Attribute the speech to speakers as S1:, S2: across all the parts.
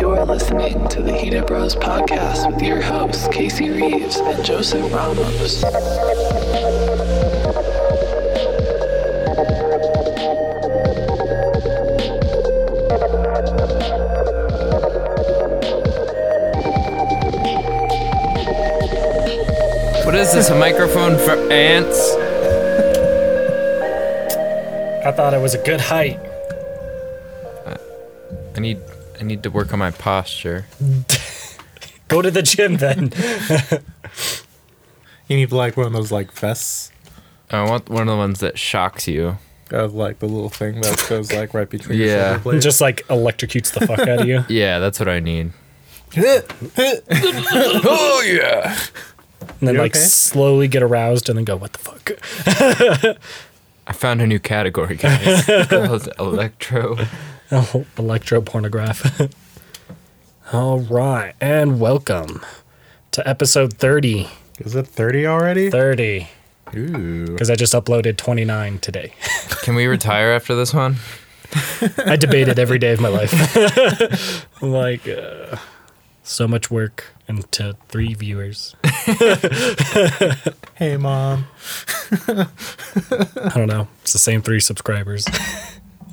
S1: You're listening to the Hita Bros podcast with your hosts, Casey Reeves and Joseph Ramos.
S2: What is this? A microphone for ants?
S3: I thought it was a good height.
S2: I need I need to work on my posture.
S3: Go to the gym then.
S4: You need like one of those like vests,
S2: I want one of the ones that shocks you.
S4: of like the little thing that goes like right between. your
S2: Yeah.
S4: shoulder blades.
S3: Just like electrocutes the fuck out of you.
S2: Yeah, that's what I need. oh yeah.
S3: And then
S4: You
S3: like
S4: okay?
S3: slowly get aroused and then go, what the fuck?
S2: I found a new category, guys. It's called electro.
S3: Oh, electropornograph. All right. And welcome to episode 30.
S4: Is it thirty already?
S3: 30.
S4: Ooh.
S3: Because I just uploaded 29 today.
S2: Can we retire after this one?
S3: I debate it every day of my life. I'm like, uh, so much work and to three viewers.
S4: Hey mom.
S3: I don't know. It's the same three subscribers.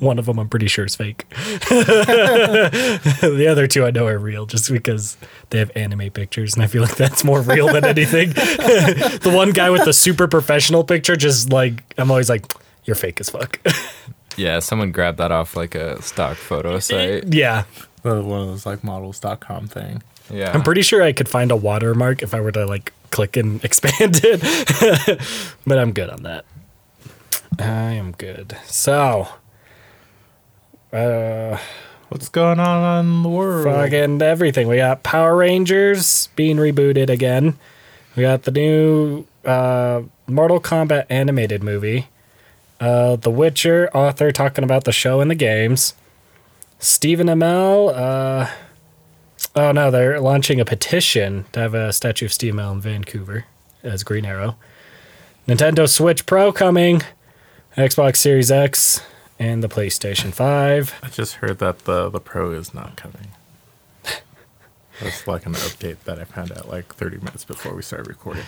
S3: One of them I'm pretty sure is fake. the other two I know are real just because they have anime pictures and I feel like that's more real than anything. the one guy with the super professional picture just like I'm always like you're fake as fuck.
S2: Yeah, someone grabbed that off like a stock photo site.
S3: yeah.
S4: Uh, One of those like models.com thing.
S2: Yeah.
S3: I'm pretty sure I could find a watermark if I were to like click and expand it. but I'm good on that. I am good. So uh
S4: What's going on in the world?
S3: fucking everything. We got Power Rangers being rebooted again. We got the new uh, Mortal Kombat animated movie. Uh, the Witcher author talking about the show and the games. Stephen Amell. Uh, oh no, they're launching a petition to have a statue of Stephen Amell in Vancouver as Green Arrow. Nintendo Switch Pro coming. Xbox Series X and the PlayStation 5.
S4: I just heard that the the pro is not coming. That's like an update that I found out like 30 minutes before we started recording.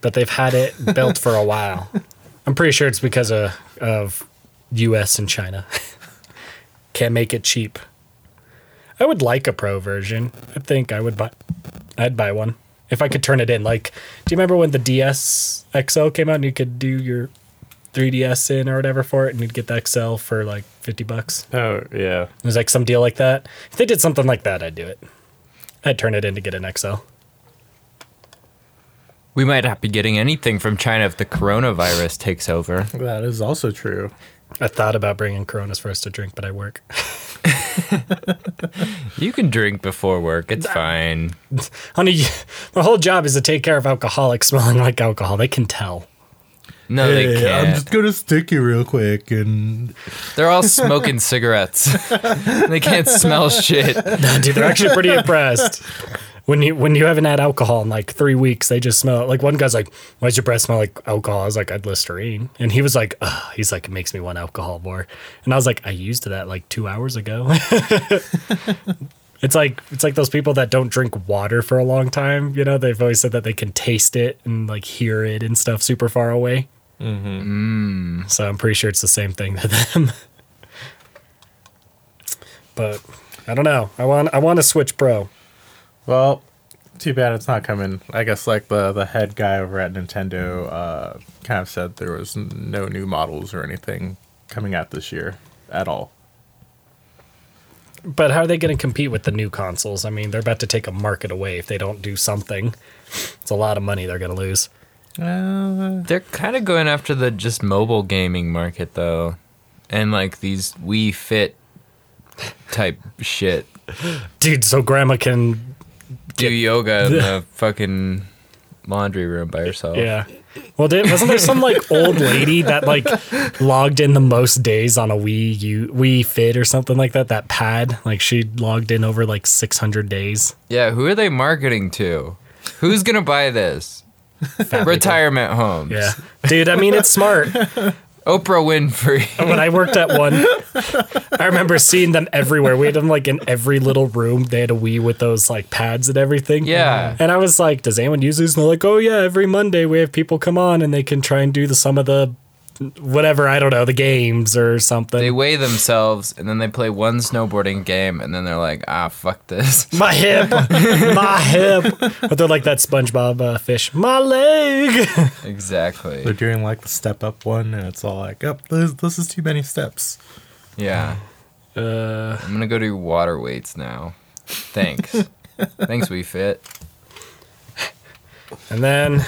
S3: but they've had it built for a while. I'm pretty sure it's because of, of U.S. and China can't make it cheap. I would like a pro version. I think I would buy. I'd buy one if I could turn it in. Like, do you remember when the DS XL came out and you could do your 3DS in or whatever for it, and you'd get the XL for like 50 bucks?
S4: Oh yeah.
S3: It was like some deal like that. If they did something like that, I'd do it. I'd turn it in to get an XL.
S2: we might not be getting anything from China if the coronavirus takes over.
S4: That is also true.
S3: I thought about bringing Coronas for us to drink, but I work.
S2: You can drink before work. It's fine.
S3: Honey, my whole job is to take care of alcoholics smelling like alcohol. They can tell.
S2: No, they
S4: Hey,
S2: can't.
S4: I'm just gonna stick you real quick and
S2: They're all smoking cigarettes. they can't smell shit.
S3: Nah, dude, they're actually pretty impressed. When you when you haven't had alcohol in like three weeks, they just smell it. Like one guy's like, "Why does your breath smell like alcohol?" I was like, "I'd Listerine," and he was like, Ugh. "He's like, it makes me want alcohol more." And I was like, "I used that like two hours ago." it's like it's like those people that don't drink water for a long time. You know, they've always said that they can taste it and like hear it and stuff super far away. Mm-hmm. So I'm pretty sure it's the same thing to them. but I don't know. I want I want to switch pro.
S4: Well, too bad it's not coming. I guess like the the head guy over at Nintendo uh, kind of said there was no new models or anything coming out this year at all.
S3: But how are they going to compete with the new consoles? I mean, they're about to take a market away if they don't do something. It's a lot of money they're going to lose.
S4: Uh,
S2: They're kind of going after the just mobile gaming market though, and like these Wii Fit type shit.
S3: Dude, so grandma can
S2: Do yoga in the fucking laundry room by yourself.
S3: yeah. Well, did, wasn't there some like old lady that like logged in the most days on a Wii U, Wii Fit or something like that? That pad, like she logged in over like 600 days.
S2: Yeah. Who are they marketing to? Who's gonna buy this?
S3: Fat people.
S2: Retirement homes.
S3: Yeah, dude. I mean, it's smart.
S2: Oprah Winfrey.
S3: when I worked at one, I remember seeing them everywhere. We had them like in every little room. They had a Wii with those like pads and everything.
S2: Yeah.
S3: And I was like, does anyone use these? And they're like, oh yeah, every Monday we have people come on and they can try and do the some of the whatever I don't know the games or something.
S2: They weigh themselves and then they play one snowboarding game and then they're like, ah, fuck this.
S3: my hip, my hip. But they're like that SpongeBob uh, fish. My leg.
S4: They're
S2: Exactly.
S4: doing like the step up one, and it's all like, up. this, this is too many steps.
S2: Yeah.
S3: Uh,
S2: I'm gonna go do water weights now. Thanks. Thanks, We Fit.
S3: and then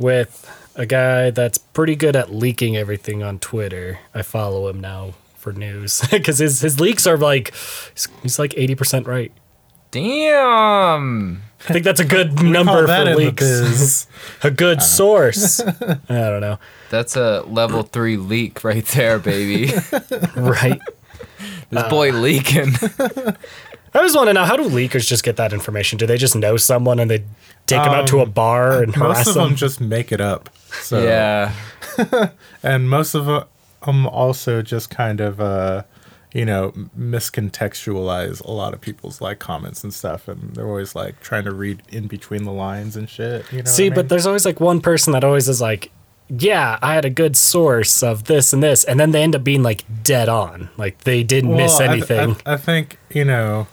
S3: with a guy that's pretty good at leaking everything on Twitter. I follow him now for news because his, his leaks are like he's, he's like 80% right.
S2: Damn.
S3: I think that's a good
S4: Call
S3: number
S4: that
S3: for
S4: in the
S3: leaks.
S4: biz.
S3: A good source. I don't know.
S2: That's a level three leak right there, baby.
S3: Right.
S2: This boy leaking.
S3: I just want to know how do leakers just get that information? Do they just know someone and they take them out to a bar and harass
S4: Um, most of them
S3: them?
S4: just make it up. So
S2: yeah.
S4: and most of them also just kind of uh you know miscontextualize a lot of people's like comments and stuff and they're always like trying to read in between the lines and shit you know
S3: See,
S4: what I
S3: but there's always like one person that always is like, "Yeah, I had a good source of this and this," and then they end up being like dead on, like they didn't
S4: mean?
S3: miss
S4: Well, I th-
S3: anything.
S4: I, I think you know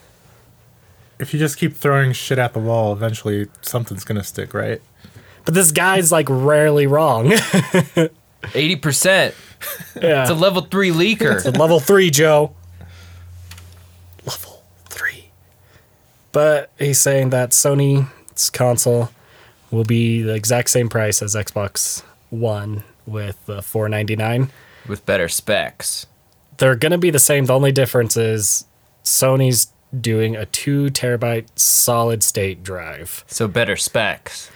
S4: if you just keep throwing shit at the wall eventually something's gonna stick right
S3: but this guy's like rarely wrong.
S2: 80%.
S3: yeah.
S2: It's a level three leaker.
S3: Level three, Joe. Level three. But he's saying that Sony's console will be the exact same price as Xbox One with the 499.
S2: With better specs.
S3: They're gonna be the same. The only difference is Sony's doing a two terabyte solid state drive.
S2: So better specs.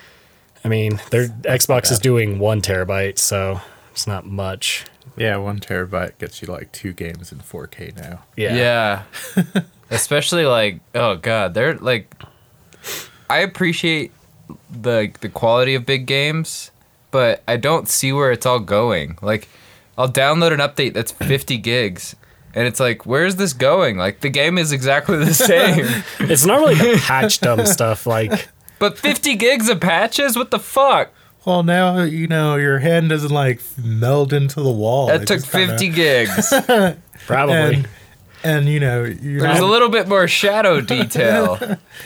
S3: I mean, their Xbox is doing one terabyte, so it's not much.
S4: yeah one terabyte gets you like two games in 4k now
S3: Yeah.
S2: Yeah. Especially like, oh god, they're like I appreciate the the quality of big games, but I don't see where it's all going. Like I'll download an update that's 50 gigs and it's like, where is this going? Like the game is exactly the same.
S3: It's normally the patch dumb stuff like
S2: but 50 gigs of patches? What the fuck?
S4: well now you know your hand doesn't like meld into the wall
S2: That
S4: It
S2: took
S4: Oh, just kinda-
S2: 50 gigs.
S3: probably.
S4: and and you know you
S2: There's a
S4: know,
S2: little bit more shadow detail.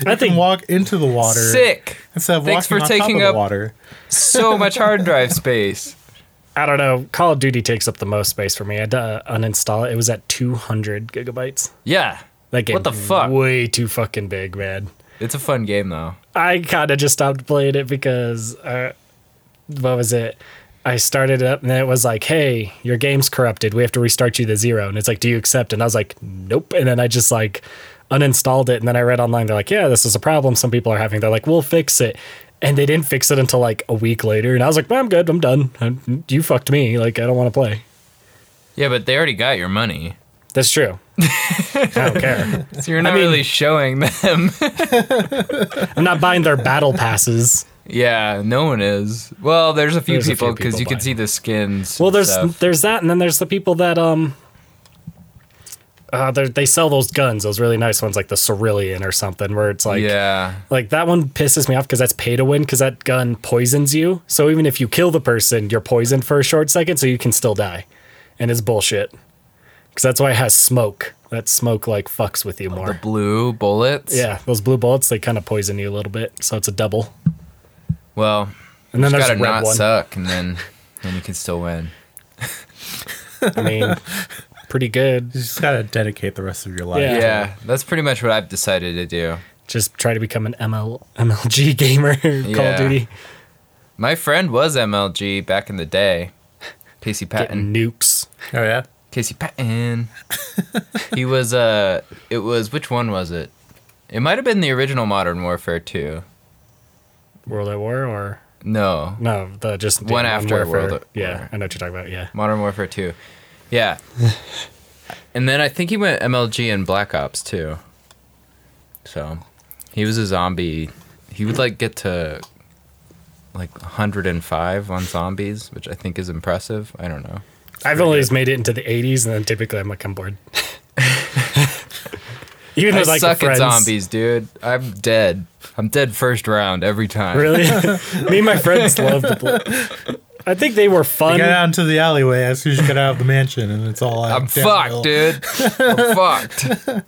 S4: I think walk into the water
S2: Sick.
S4: instead of
S2: Thanks
S4: walking
S2: for
S4: on
S2: taking
S4: top of
S2: up-
S4: the water.
S2: So much hard drive space.
S3: I don't know. Call of Duty takes up the most space for me. I had to uh, uninstall it. It was at 200 gigabytes.
S2: Yeah.
S3: That game
S2: What the fuck?
S3: way too fucking big, man.
S2: It's a fun game though.
S3: I kind of just stopped playing it because uh, what was it? I started it up and then it was like, "Hey, your game's corrupted. We have to restart you to zero. And it's like, "Do you accept?" And I was like, "Nope." And then I just like uninstalled it. And then I read online, they're like, "Yeah, this is a problem some people are having." They're like, "We'll fix it." And they didn't fix it until like a week later. And I was like, well, "I'm good. I'm done. I'm, you fucked me. Like, I don't want to play."
S2: Yeah, but they already got your money.
S3: That's true. I don't care.
S2: So you're not
S3: mean-
S2: really showing them.
S3: I'm not buying their battle passes.
S2: yeah, no one is. Well, there's a few
S3: There's a few
S2: people because
S3: people
S2: you can
S3: buying
S2: see the skins.
S3: Well,
S2: and
S3: there's
S2: stuff.
S3: there's that, and then there's the people that um, uh, they're- they sell those guns, those really nice ones, like the cerulean or something, where it's like
S2: yeah,
S3: like that one pisses me off because that's pay to win because that gun poisons you. So even if you kill the person, you're poisoned for a short second, so you can still die, and it's bullshit. Because that's why it has smoke. That smoke like fucks with you
S2: Oh, the
S3: more.
S2: blue bullets.
S3: Yeah, those blue bullets they kind of poison you a little bit, so it's a double.
S2: Well,
S3: And then
S2: you
S3: there's
S2: gotta
S3: a red
S2: not
S3: one.
S2: suck, and then then you can still win.
S3: I mean, pretty good.
S4: You just gotta dedicate the rest of your life.
S3: Yeah.
S2: Yeah. that's pretty much what I've decided to do.
S3: Just try to become an ML MLG gamer. Call
S2: Yeah.
S3: of Duty.
S2: My friend was MLG back in the day. Casey Patton.
S3: Getting nukes.
S4: Oh yeah.
S2: Casey Patton. he was uh it was which one was it? It might have been the original Modern Warfare 2.
S3: World at War or
S2: No.
S3: no, the just the
S2: One after
S3: Warfare.
S2: World at
S3: yeah,
S2: War.
S3: I know what you're talking about. Yeah,
S2: Modern Warfare 2. Yeah. and then I think he went MLG and Black Ops too. So he was a zombie. He would like get to like 105 on zombies, which I think is impressive. I don't know.
S3: I've always made it into the 80s, and then typically I'm like, I'm bored. Even
S2: I
S3: with like
S2: suck at
S3: friends.
S2: zombies, dude. I'm dead. I'm dead first round every time.
S3: Really? Me and my friends loved to play. I think they were
S4: You
S3: fun.
S4: get out into the alleyway as soon as you get out of the mansion, and it's all out
S2: I'm
S4: downhill.
S2: fucked, dude. I'm fucked.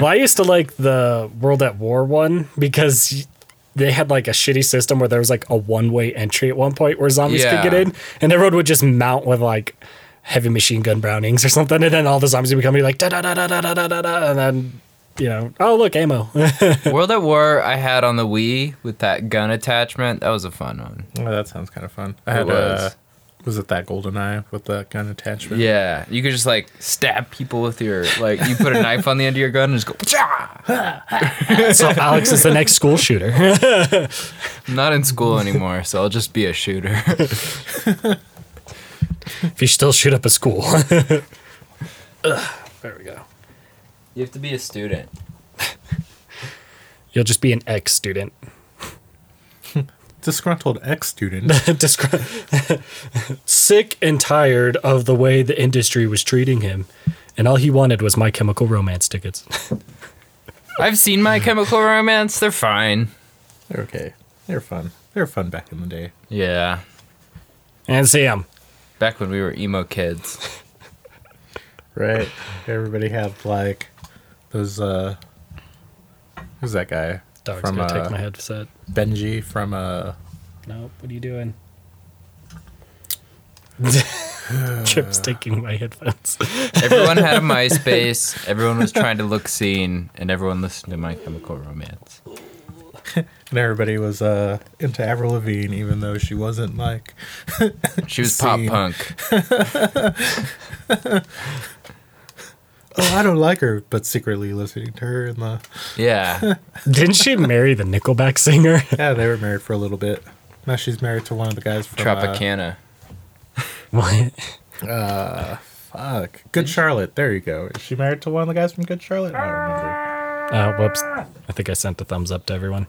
S3: Well, I used to like the World at War one because y- they had like a shitty system where there was like a one way entry at one point where zombies
S2: Yeah.
S3: could get in, and everyone would just mount with like heavy machine gun Brownings or something, and then all the zombies would come and be like da da da da da da da da da, and then you know, oh look, ammo.
S2: World at War I had on the Wii with that gun attachment. That was a fun one.
S4: Oh, that sounds kind of fun. I
S2: It
S4: had
S2: was.
S4: uh, was it that golden eye with the gun attachment?
S2: Yeah, you could just like stab people with your like you put a knife on the end of your gun and just go. "Pshaw!"
S3: so Alex is the next school shooter.
S2: I'm not in school anymore, so I'll just be a shooter.
S3: if you still shoot up a school. Ugh, there we go.
S2: you have to be a student.
S3: You'll just be an ex student.
S4: Disgruntled ex student.
S3: Descri- sick and tired of the way the industry was treating him, and all he wanted was My Chemical Romance tickets.
S2: I've seen My Chemical Romance. They're fine.
S4: They're okay. They're fun. They were fun back in the day.
S2: Yeah,
S3: and Sam,
S2: back when we were emo kids.
S4: Right. Everybody had like those uh who's that guy?
S3: dog's
S4: from
S3: gonna
S4: uh,
S3: take my headset.
S4: Benji from uh
S3: Nope. What are you doing? Chip's taking my headphones.
S2: Everyone had a MySpace. Everyone was trying to look seen, and everyone listened to My Chemical Romance.
S4: and everybody was uh into Avril Lavigne even though she wasn't like
S2: She was pop
S4: Seen.
S2: punk.
S4: oh I don't like her but secretly listening to her in the
S2: Yeah,
S3: Didn't she marry the Nickelback singer?
S4: Yeah, they were married for a little bit. Now she's married to one of the guys from uh,
S2: Tropicana.
S3: what?
S4: Fuck. Good Charlotte. There you go. Is she married to one of the guys from Good Charlotte? I don't remember.
S3: Uh, whoops. I think I sent a thumbs up to everyone.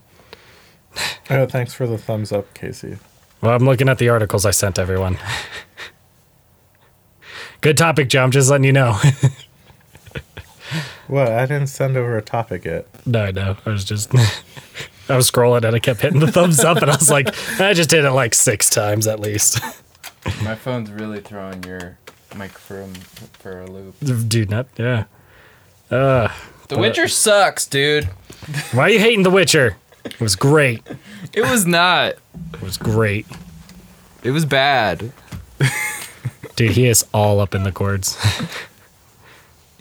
S4: Oh, thanks for the thumbs up, Casey.
S3: Well, I'm looking at the articles I sent everyone. Good topic, Joe. I'm just letting you know.
S4: What? I didn't send over a topic yet.
S3: No, I know. I was just I was scrolling and I kept hitting the thumbs up and I was like, I just did it like six times at least.
S2: My phone's really throwing your microphone for a loop.
S3: Dude, not yeah.
S2: The Witcher sucks, dude.
S3: Why are you hating The Witcher? It was great.
S2: It was not.
S3: It was great.
S2: It was bad.
S3: Dude, he is all up in the chords.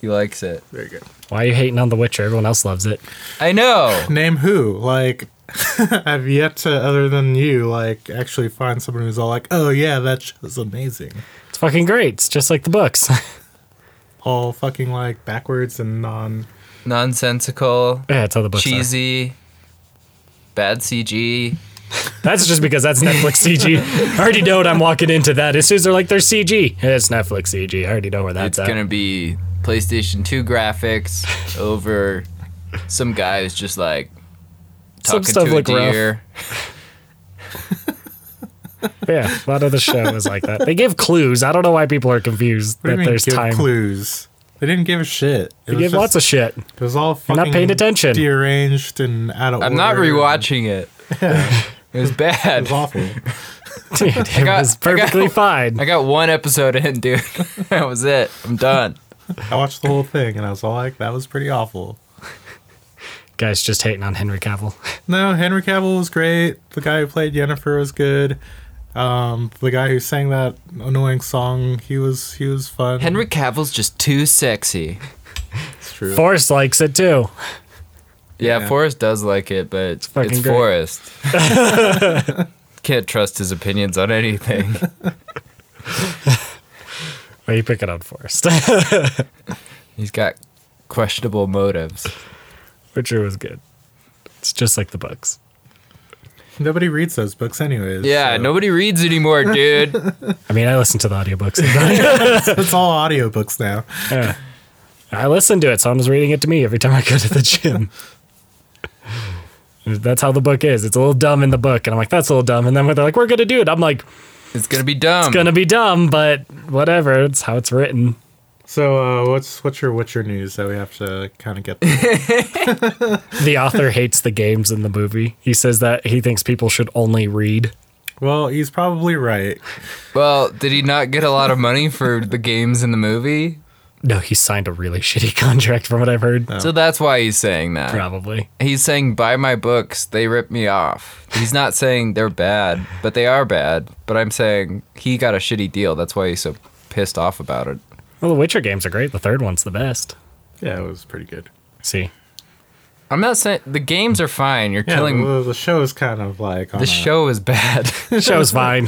S2: He likes it.
S4: There you go.
S3: Why are you hating on The Witcher? Everyone else loves it.
S2: I know.
S4: Name who? Like, I've yet to, other than you, like, actually find someone who's all like, oh, yeah, that show's amazing.
S3: It's fucking great. It's just like the books.
S4: All fucking, like, backwards and non.
S2: Nonsensical,
S3: yeah, it's how the books are.
S2: cheesy, bad CG.
S3: That's just because that's Netflix CG. I already know what I'm walking into that. As soon as they're like, they're CG. It's Netflix CG. I already know where
S2: It's
S3: that's at.
S2: gonna be PlayStation 2 graphics over some guys just like
S3: Some
S2: talking
S3: stuff
S2: to a
S3: look rough.
S2: deer.
S3: Yeah, a lot of the show is like that. They give clues. I don't know why people are confused
S4: What do you
S3: that
S4: mean,
S3: there's
S4: give
S3: time.
S4: clues? They didn't give a shit. It
S3: They
S4: was
S3: give
S4: just-
S3: lots of shit.
S4: It was all fucking.
S3: not paying attention.
S4: Deranged and out of
S2: I'm not
S4: order.
S2: rewatching it. It was
S4: It
S2: bad.
S4: was awful.
S3: Dude, it
S2: got-
S3: was
S2: I got-
S3: perfectly fine.
S2: I got one episode in, dude. that was it. I'm done.
S4: I watched the whole thing and I was all like, that was pretty awful.
S3: Guys, just hating on Henry Cavill.
S4: No, Henry Cavill was great. The guy who played Yennefer was good. Um, the guy who sang that annoying song, he was he was fun.
S2: Henry Cavill's just too sexy.
S4: It's true.
S3: Forrest likes it too.
S2: Yeah,
S4: Yeah.
S2: Forrest does like it, but it's,
S3: fucking great.
S2: Forrest. Can't trust his opinions on anything.
S3: Why are you picking on Forrest?
S2: He's got questionable motives.
S3: Witcher was good. It's just like the books.
S4: Nobody reads those books, anyways.
S2: Yeah,
S4: so-
S2: nobody reads anymore, dude.
S3: I mean, I listen to the audiobooks.
S4: It's all audiobooks now.
S3: Yeah. I listened to it. Someone was reading it to me every time I go to the gym. That's how the book is. It's a little dumb in the book, and I'm like, that's a little dumb. And then when they're like, we're gonna do it, I'm like,
S2: It's gonna be dumb.
S3: gonna be dumb, but whatever. It's how it's written.
S4: So uh, what's what's your Witcher news that we have to kind of get?
S3: The author hates the games in the movie. He says that he thinks people should only read.
S4: well, he's probably right.
S2: Well, did he not get a lot of money for the games in the movie?
S3: No, he signed a really shitty contract, from what I've heard.
S2: So that's why he's saying that.
S3: Probably.
S2: He's saying buy my books, they rip me off. He's not saying they're bad, but they are bad. But I'm saying he got a shitty deal. That's why he's so pissed off about it.
S3: Well, the Witcher games are great. The third one's the best.
S4: Yeah, it was pretty good.
S3: See,
S2: I'm not saying the games are fine. You're
S4: Yeah,
S2: killing
S4: the, the show is kind of like on
S2: the
S4: a-
S2: show is bad.
S3: the show's fine.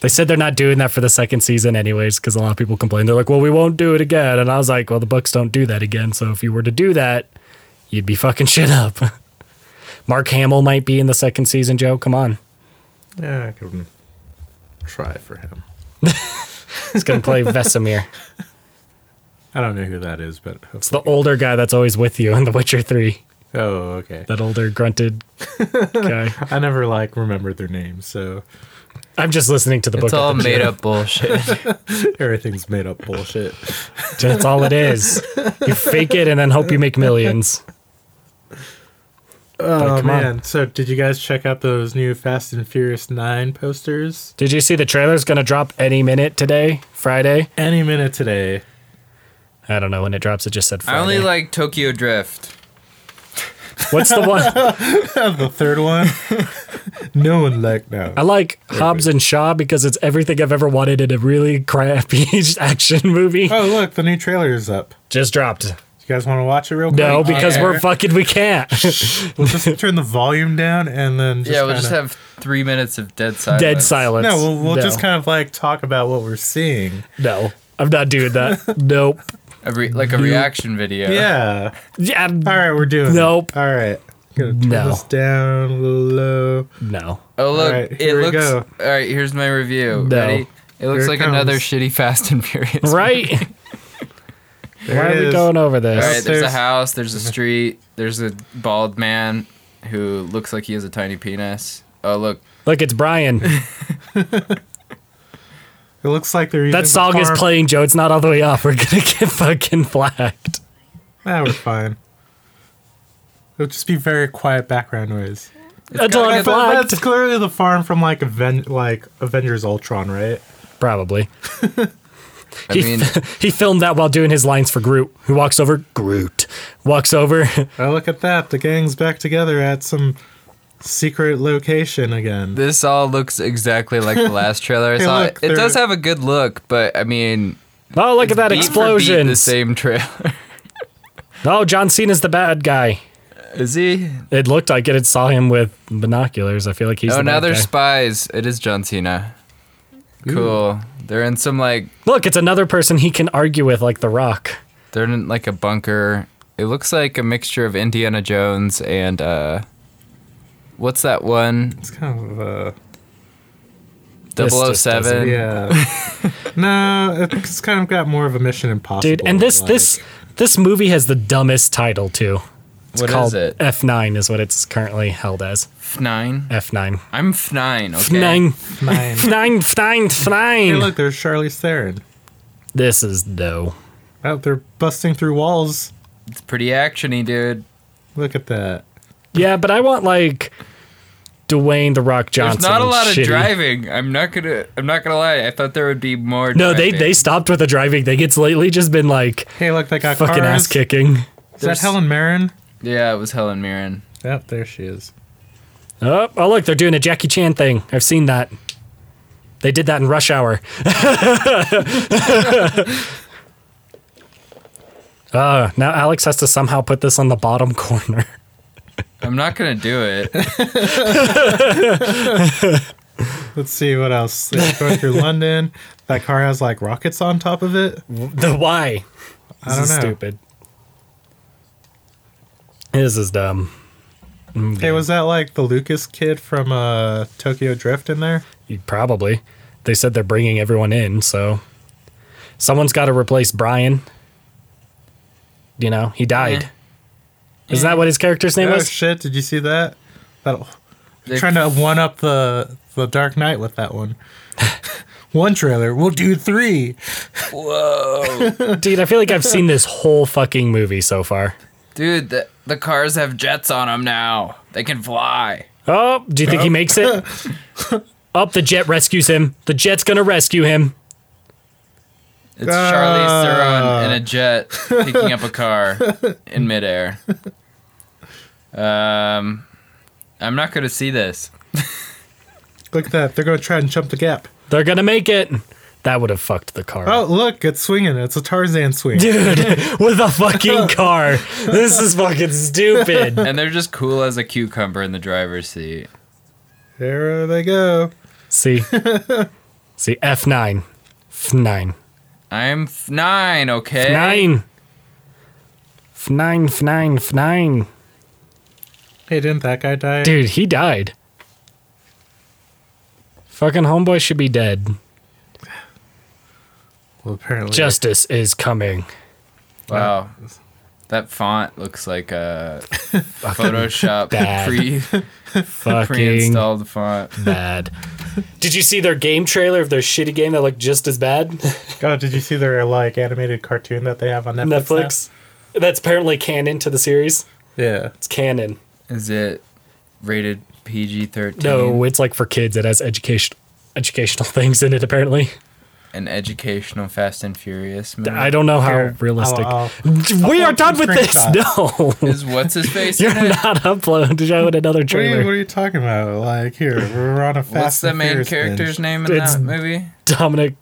S3: They said they're not doing that for the second season, anyways, because a lot of people complain. They're like, well, we won't do it again. And I was like, well, the books don't do that again. So if you were to do that, you'd be fucking shit up. Mark Hamill might be in the second season, Joe. Come on.
S4: Yeah, I can try for him.
S3: He's going to play Vesemir.
S4: I don't know who that is, but
S3: It's the older guy that's always with you in The Witcher 3.
S4: oh, okay.
S3: That older grunted guy.
S4: I never like remembered their names, so
S3: I'm just listening to the
S2: it's
S3: book. at
S2: all
S3: the
S2: made
S3: gym.
S2: up bullshit.
S4: everything's made up bullshit.
S3: That's all it is. You fake it and then hope you make millions.
S4: Oh
S3: come on.
S4: man! So did you guys check out those new Fast and Furious Nine posters?
S3: Did you see the trailer's going to drop any minute today, Friday?
S4: Any minute today.
S3: I don't know when it drops. It just said
S2: I
S3: Friday.
S2: only like Tokyo Drift.
S3: What's the one?
S4: the third one. no one liked no.
S3: I like Hobbs and Shaw because it's everything I've ever wanted in a really crappy action movie.
S4: Oh look, the new trailer is up.
S3: Just dropped.
S4: You guys want to watch it real quick?
S3: No, because
S2: yeah.
S3: we're fucking, we can't.
S4: We'll just turn the volume down and then just
S2: yeah, we'll just
S4: kinda-
S2: have three minutes of dead silence.
S3: Dead silence.
S4: no. We'll, we'll
S3: no,
S4: just kind of like talk about what we're seeing.
S3: No, I'm not doing that. nope.
S2: A re- like a reaction video.
S4: Yeah.
S3: Yeah, I'm-
S4: All right, we're doing. it.
S3: Nope.
S4: All right. Gonna turn
S3: No.
S4: this down a little low.
S3: no.
S2: Oh look,
S4: Alright,
S2: it
S4: here we
S2: looks.
S4: go.
S2: All right, here's my review.
S3: No.
S2: Ready? It looks
S4: Here it
S2: like another
S4: comes.
S2: shitty Fast and Furious.
S3: Right?
S4: There
S3: Why
S4: it
S3: are we
S4: is.
S3: going over this?
S2: All right, there's a
S4: Upstairs.
S2: house, there's a street, there's a bald man who looks like he has a tiny penis. Oh look,
S3: Look, it's Brian.
S4: It looks like they're using
S3: That song is
S4: farm-
S3: playing, Joe. It's not all the way up. We're gonna get fucking flagged.
S4: Ah, we're fine. It'll just be very quiet background noise.
S3: Until
S2: gotta
S3: I'm
S2: get-
S4: But
S3: flagged.
S4: that's clearly the farm from like Aven- like Avengers Ultron, right?
S3: Probably.
S2: I
S3: He,
S2: mean,
S3: he filmed that while doing his lines for Groot. Who walks over? Groot. Walks over.
S4: Oh, look at that! The gang's back together at some secret location again.
S2: this all looks exactly like the last trailer I
S4: Hey,
S2: saw.
S4: look,
S2: it does
S4: they're-
S2: have a good look, but I mean,
S3: Oh, look at that
S2: beat for beat
S3: explosion.
S2: The same trailer.
S3: Oh, John Cena's the bad guy.
S2: Is he?
S3: It looked like it. It saw him with binoculars. I feel like he's
S2: oh,
S3: the
S2: now
S3: bad
S2: they're
S3: guy.
S2: spies. It is John Cena. Cool. They're in some like
S3: Look, it's another person he can argue with, like The Rock.
S2: they're in like a bunker. It looks like a mixture of Indiana Jones and uh, what's that one?
S4: It's kind of uh,
S2: 007.
S3: doesn't-
S4: yeah. no, it's kind of got more of a Mission Impossible.
S3: Dude, and this
S4: like-
S3: this this movie has the dumbest title too. It's
S2: What is
S3: called
S2: it?
S3: F9 is what it's currently held as.
S2: F9.
S3: F9.
S2: I'm F9. Okay.
S3: Nine,
S4: Mine.
S3: nine, nine,
S4: Hey,
S3: nine.
S4: look, there's Charlize Theron.
S3: This is no.
S4: Oh, they're busting through walls.
S2: It's pretty actiony, dude.
S4: Look at that.
S3: Yeah, but I want like Dwayne the Rock Johnson.
S2: There's not a lot of
S3: shitty-
S2: driving. I'm not gonna. I'm not gonna lie. I thought there would be more.
S3: No, they
S2: driving.
S3: they stopped with the driving thing. It's lately just been like
S4: Hey, look, they got
S3: fucking
S4: cars.
S3: ass kicking.
S4: Is that
S2: There's-
S4: Helen Mirren?
S2: Yeah, it was Helen Mirren.
S4: Yep, there she is.
S3: Oh, oh look, they're doing a Jackie Chan thing. I've seen that. They did that in Rush Hour. Uh, now Alex has to somehow put this on the bottom corner.
S2: I'm not gonna do it.
S4: Let's see what else. They're going through London. That car has like rockets on top of it.
S3: The why?
S4: I
S3: this
S4: don't know.
S3: is stupid. This is dumb.
S4: Hey, was that like the Lucas kid from uh, Tokyo Drift in there?
S3: You- Probably. They said they're bringing everyone in, so someone's got to replace Brian. You know, he died. Is that what his character's name
S4: Oh
S3: was?
S4: shit! Did you see that? That'll
S2: They-
S4: trying to one up the the Dark Knight with that one. one trailer, we'll do three.
S2: Whoa,
S3: Dude, I feel like I've seen this whole fucking movie so far.
S2: dude, the, the cars have jets on them now. They can fly.
S3: Oh, do you think he makes it? Up, the jet rescues him. The jet's gonna rescue him.
S2: It's
S3: Ah.
S2: Charlize Theron in a jet picking up a car in midair. Um, I'm not gonna see this.
S4: Look at that! They're gonna try and jump the gap.
S3: They're gonna make it. That would have fucked the car.
S4: Oh look, it's swinging. It's a Tarzan swing.
S3: Dude, with a fucking car. This is fucking stupid.
S2: And they're just cool as a cucumber in the driver's seat.
S4: There they go.
S3: See, see, F9. F9.
S2: I'm f- nine, okay.
S3: F9. F9, F9, F9.
S4: Hey, didn't that guy die?
S3: Dude, he died. Fucking homeboy should be dead.
S4: Well, apparently.
S3: Justice is coming.
S2: Wow, that font looks like a Photoshop
S3: bad.
S2: pre
S3: Fucking
S2: pre-installed font.
S3: bad. Did you see their game trailer of their shitty game that looked just as bad?
S4: Oh, did you see their like animated cartoon that they have on Netflix?
S3: Netflix. That's apparently canon to the series.
S4: now? Yeah.
S3: It's canon.
S2: Is it rated PG-13?
S3: No, it's like for kids. It has education, educational things in it. Apparently,
S2: An educational Fast and Furious movie.
S3: I don't know how
S4: Here,
S3: realistic.
S4: I'll-
S3: we are
S4: upload
S3: done
S4: some
S3: with this. No,
S2: Is what's his face?
S3: you're
S2: in it?
S3: not uploading. Showing another
S4: What are, you, what
S3: trailer.
S4: are you talking about? Like here, we're on a fast.
S2: What's the
S4: and
S2: main
S4: Furious
S2: character's
S4: binge.
S2: name in
S3: It's-
S2: that movie?
S3: Dominic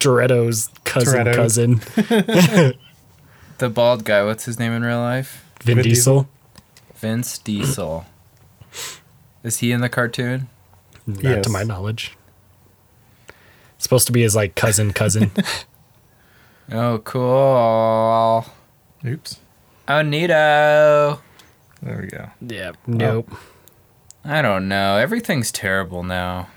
S3: Toretto's cousin,
S4: Toretto.
S3: cousin,
S2: The bald guy. What's his name in real life?
S3: Vin,
S4: Vin
S3: Diesel.
S2: Vince Diesel. Is he in the cartoon?
S3: Not
S4: Yes.
S3: to my knowledge. supposed to be his like cousin, cousin.
S2: Oh, cool.
S4: Oops.
S2: Oh, neato.
S4: There we go.
S3: yeah. Nope.
S2: I don't know. Everything's terrible now.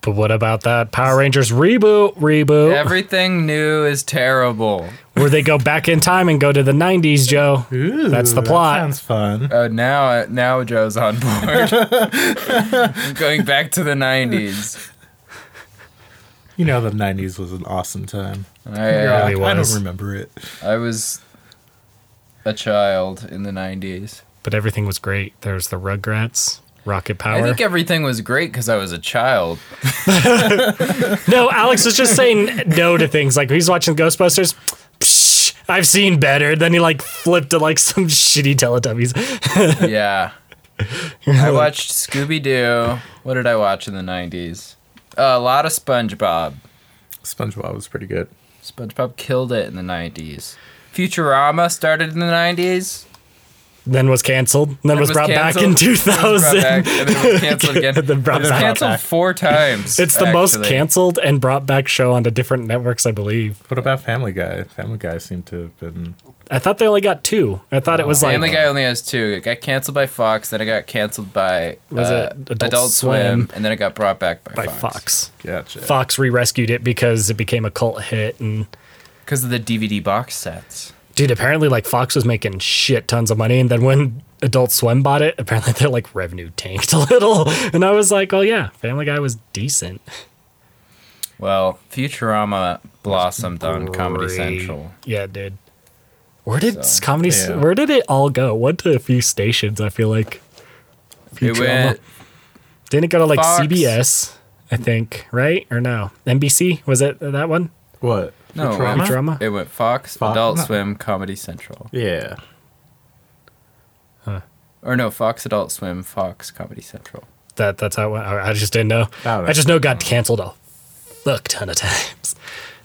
S3: But what about that Power Rangers reboot? Reboot.
S2: Everything new is terrible.
S3: where they go back in time and go to the 90s, Joe.
S4: Ooh,
S3: That's the
S4: that
S3: plot.
S4: sounds fun.
S2: Oh, now now Joe's on board. I'm going back to the '90s.
S4: You know, the '90s was an awesome time.
S2: I, uh,
S3: Really
S4: I don't
S3: was.
S4: remember it.
S2: I was a child in the '90s.
S3: But everything was great. There's the Rugrats, Rocket
S2: I
S3: Power.
S2: think everything was great because I was a child.
S3: no, Alex was just saying no to things. Like he's watching Ghostbusters. Psh, I've seen better. Then he like flipped to like some shitty Teletubbies.
S2: Yeah. I watched Scooby Doo. What did I watch in the 90s? Uh, a lot of SpongeBob.
S4: SpongeBob was pretty good.
S2: SpongeBob killed it in the 90s. Futurama started in the 90s.
S3: then was canceled. Then, was, brought back in
S2: canceled. It was brought
S3: 2000.
S2: back, and then it was canceled again.
S3: And then brought
S2: it was
S3: back.
S2: canceled four times.
S3: it's the most
S2: actually.
S3: canceled and brought back show onto different networks, I believe.
S4: What about Family Guy? Family Guy seemed to have been.
S3: I thought they only got two. I thought it was like
S2: Family Guy only has two. It got canceled by Fox, then it got canceled by
S3: Was
S2: uh,
S3: it
S2: Adult,
S3: Adult
S2: Swim,
S3: Swim?
S2: and then it got brought back by,
S3: by Fox.
S4: Gotcha.
S3: Fox re-rescued it because it became a cult hit and
S2: Because of the DVD box sets.
S3: dude apparently like Fox was making shit tons of money and then when Adult Swim bought it apparently their like revenue tanked a little and I was like oh yeah Family Guy was decent
S2: Well, Futurama blossomed on Comedy
S3: Great.
S2: Central.
S3: yeah dude where did
S2: So,
S3: comedy S-
S4: yeah.
S3: where did it all go went to a few stations I feel like
S2: It went
S3: didn't it go to like
S2: Fox.
S3: CBS I think right or no NBC was it that one
S4: What?
S2: no, uh-huh. it
S4: Futurama?
S2: went-
S3: Futurama?
S2: It went Fox,
S4: Fox-
S2: Adult
S4: no.
S2: Swim, Comedy Central,
S4: Yeah.
S2: or no, Fox, Adult Swim, Fox, Comedy Central.
S3: that that's how it went. I I just didn't know.
S4: I don't
S3: I just know it got canceled a fuck ton of times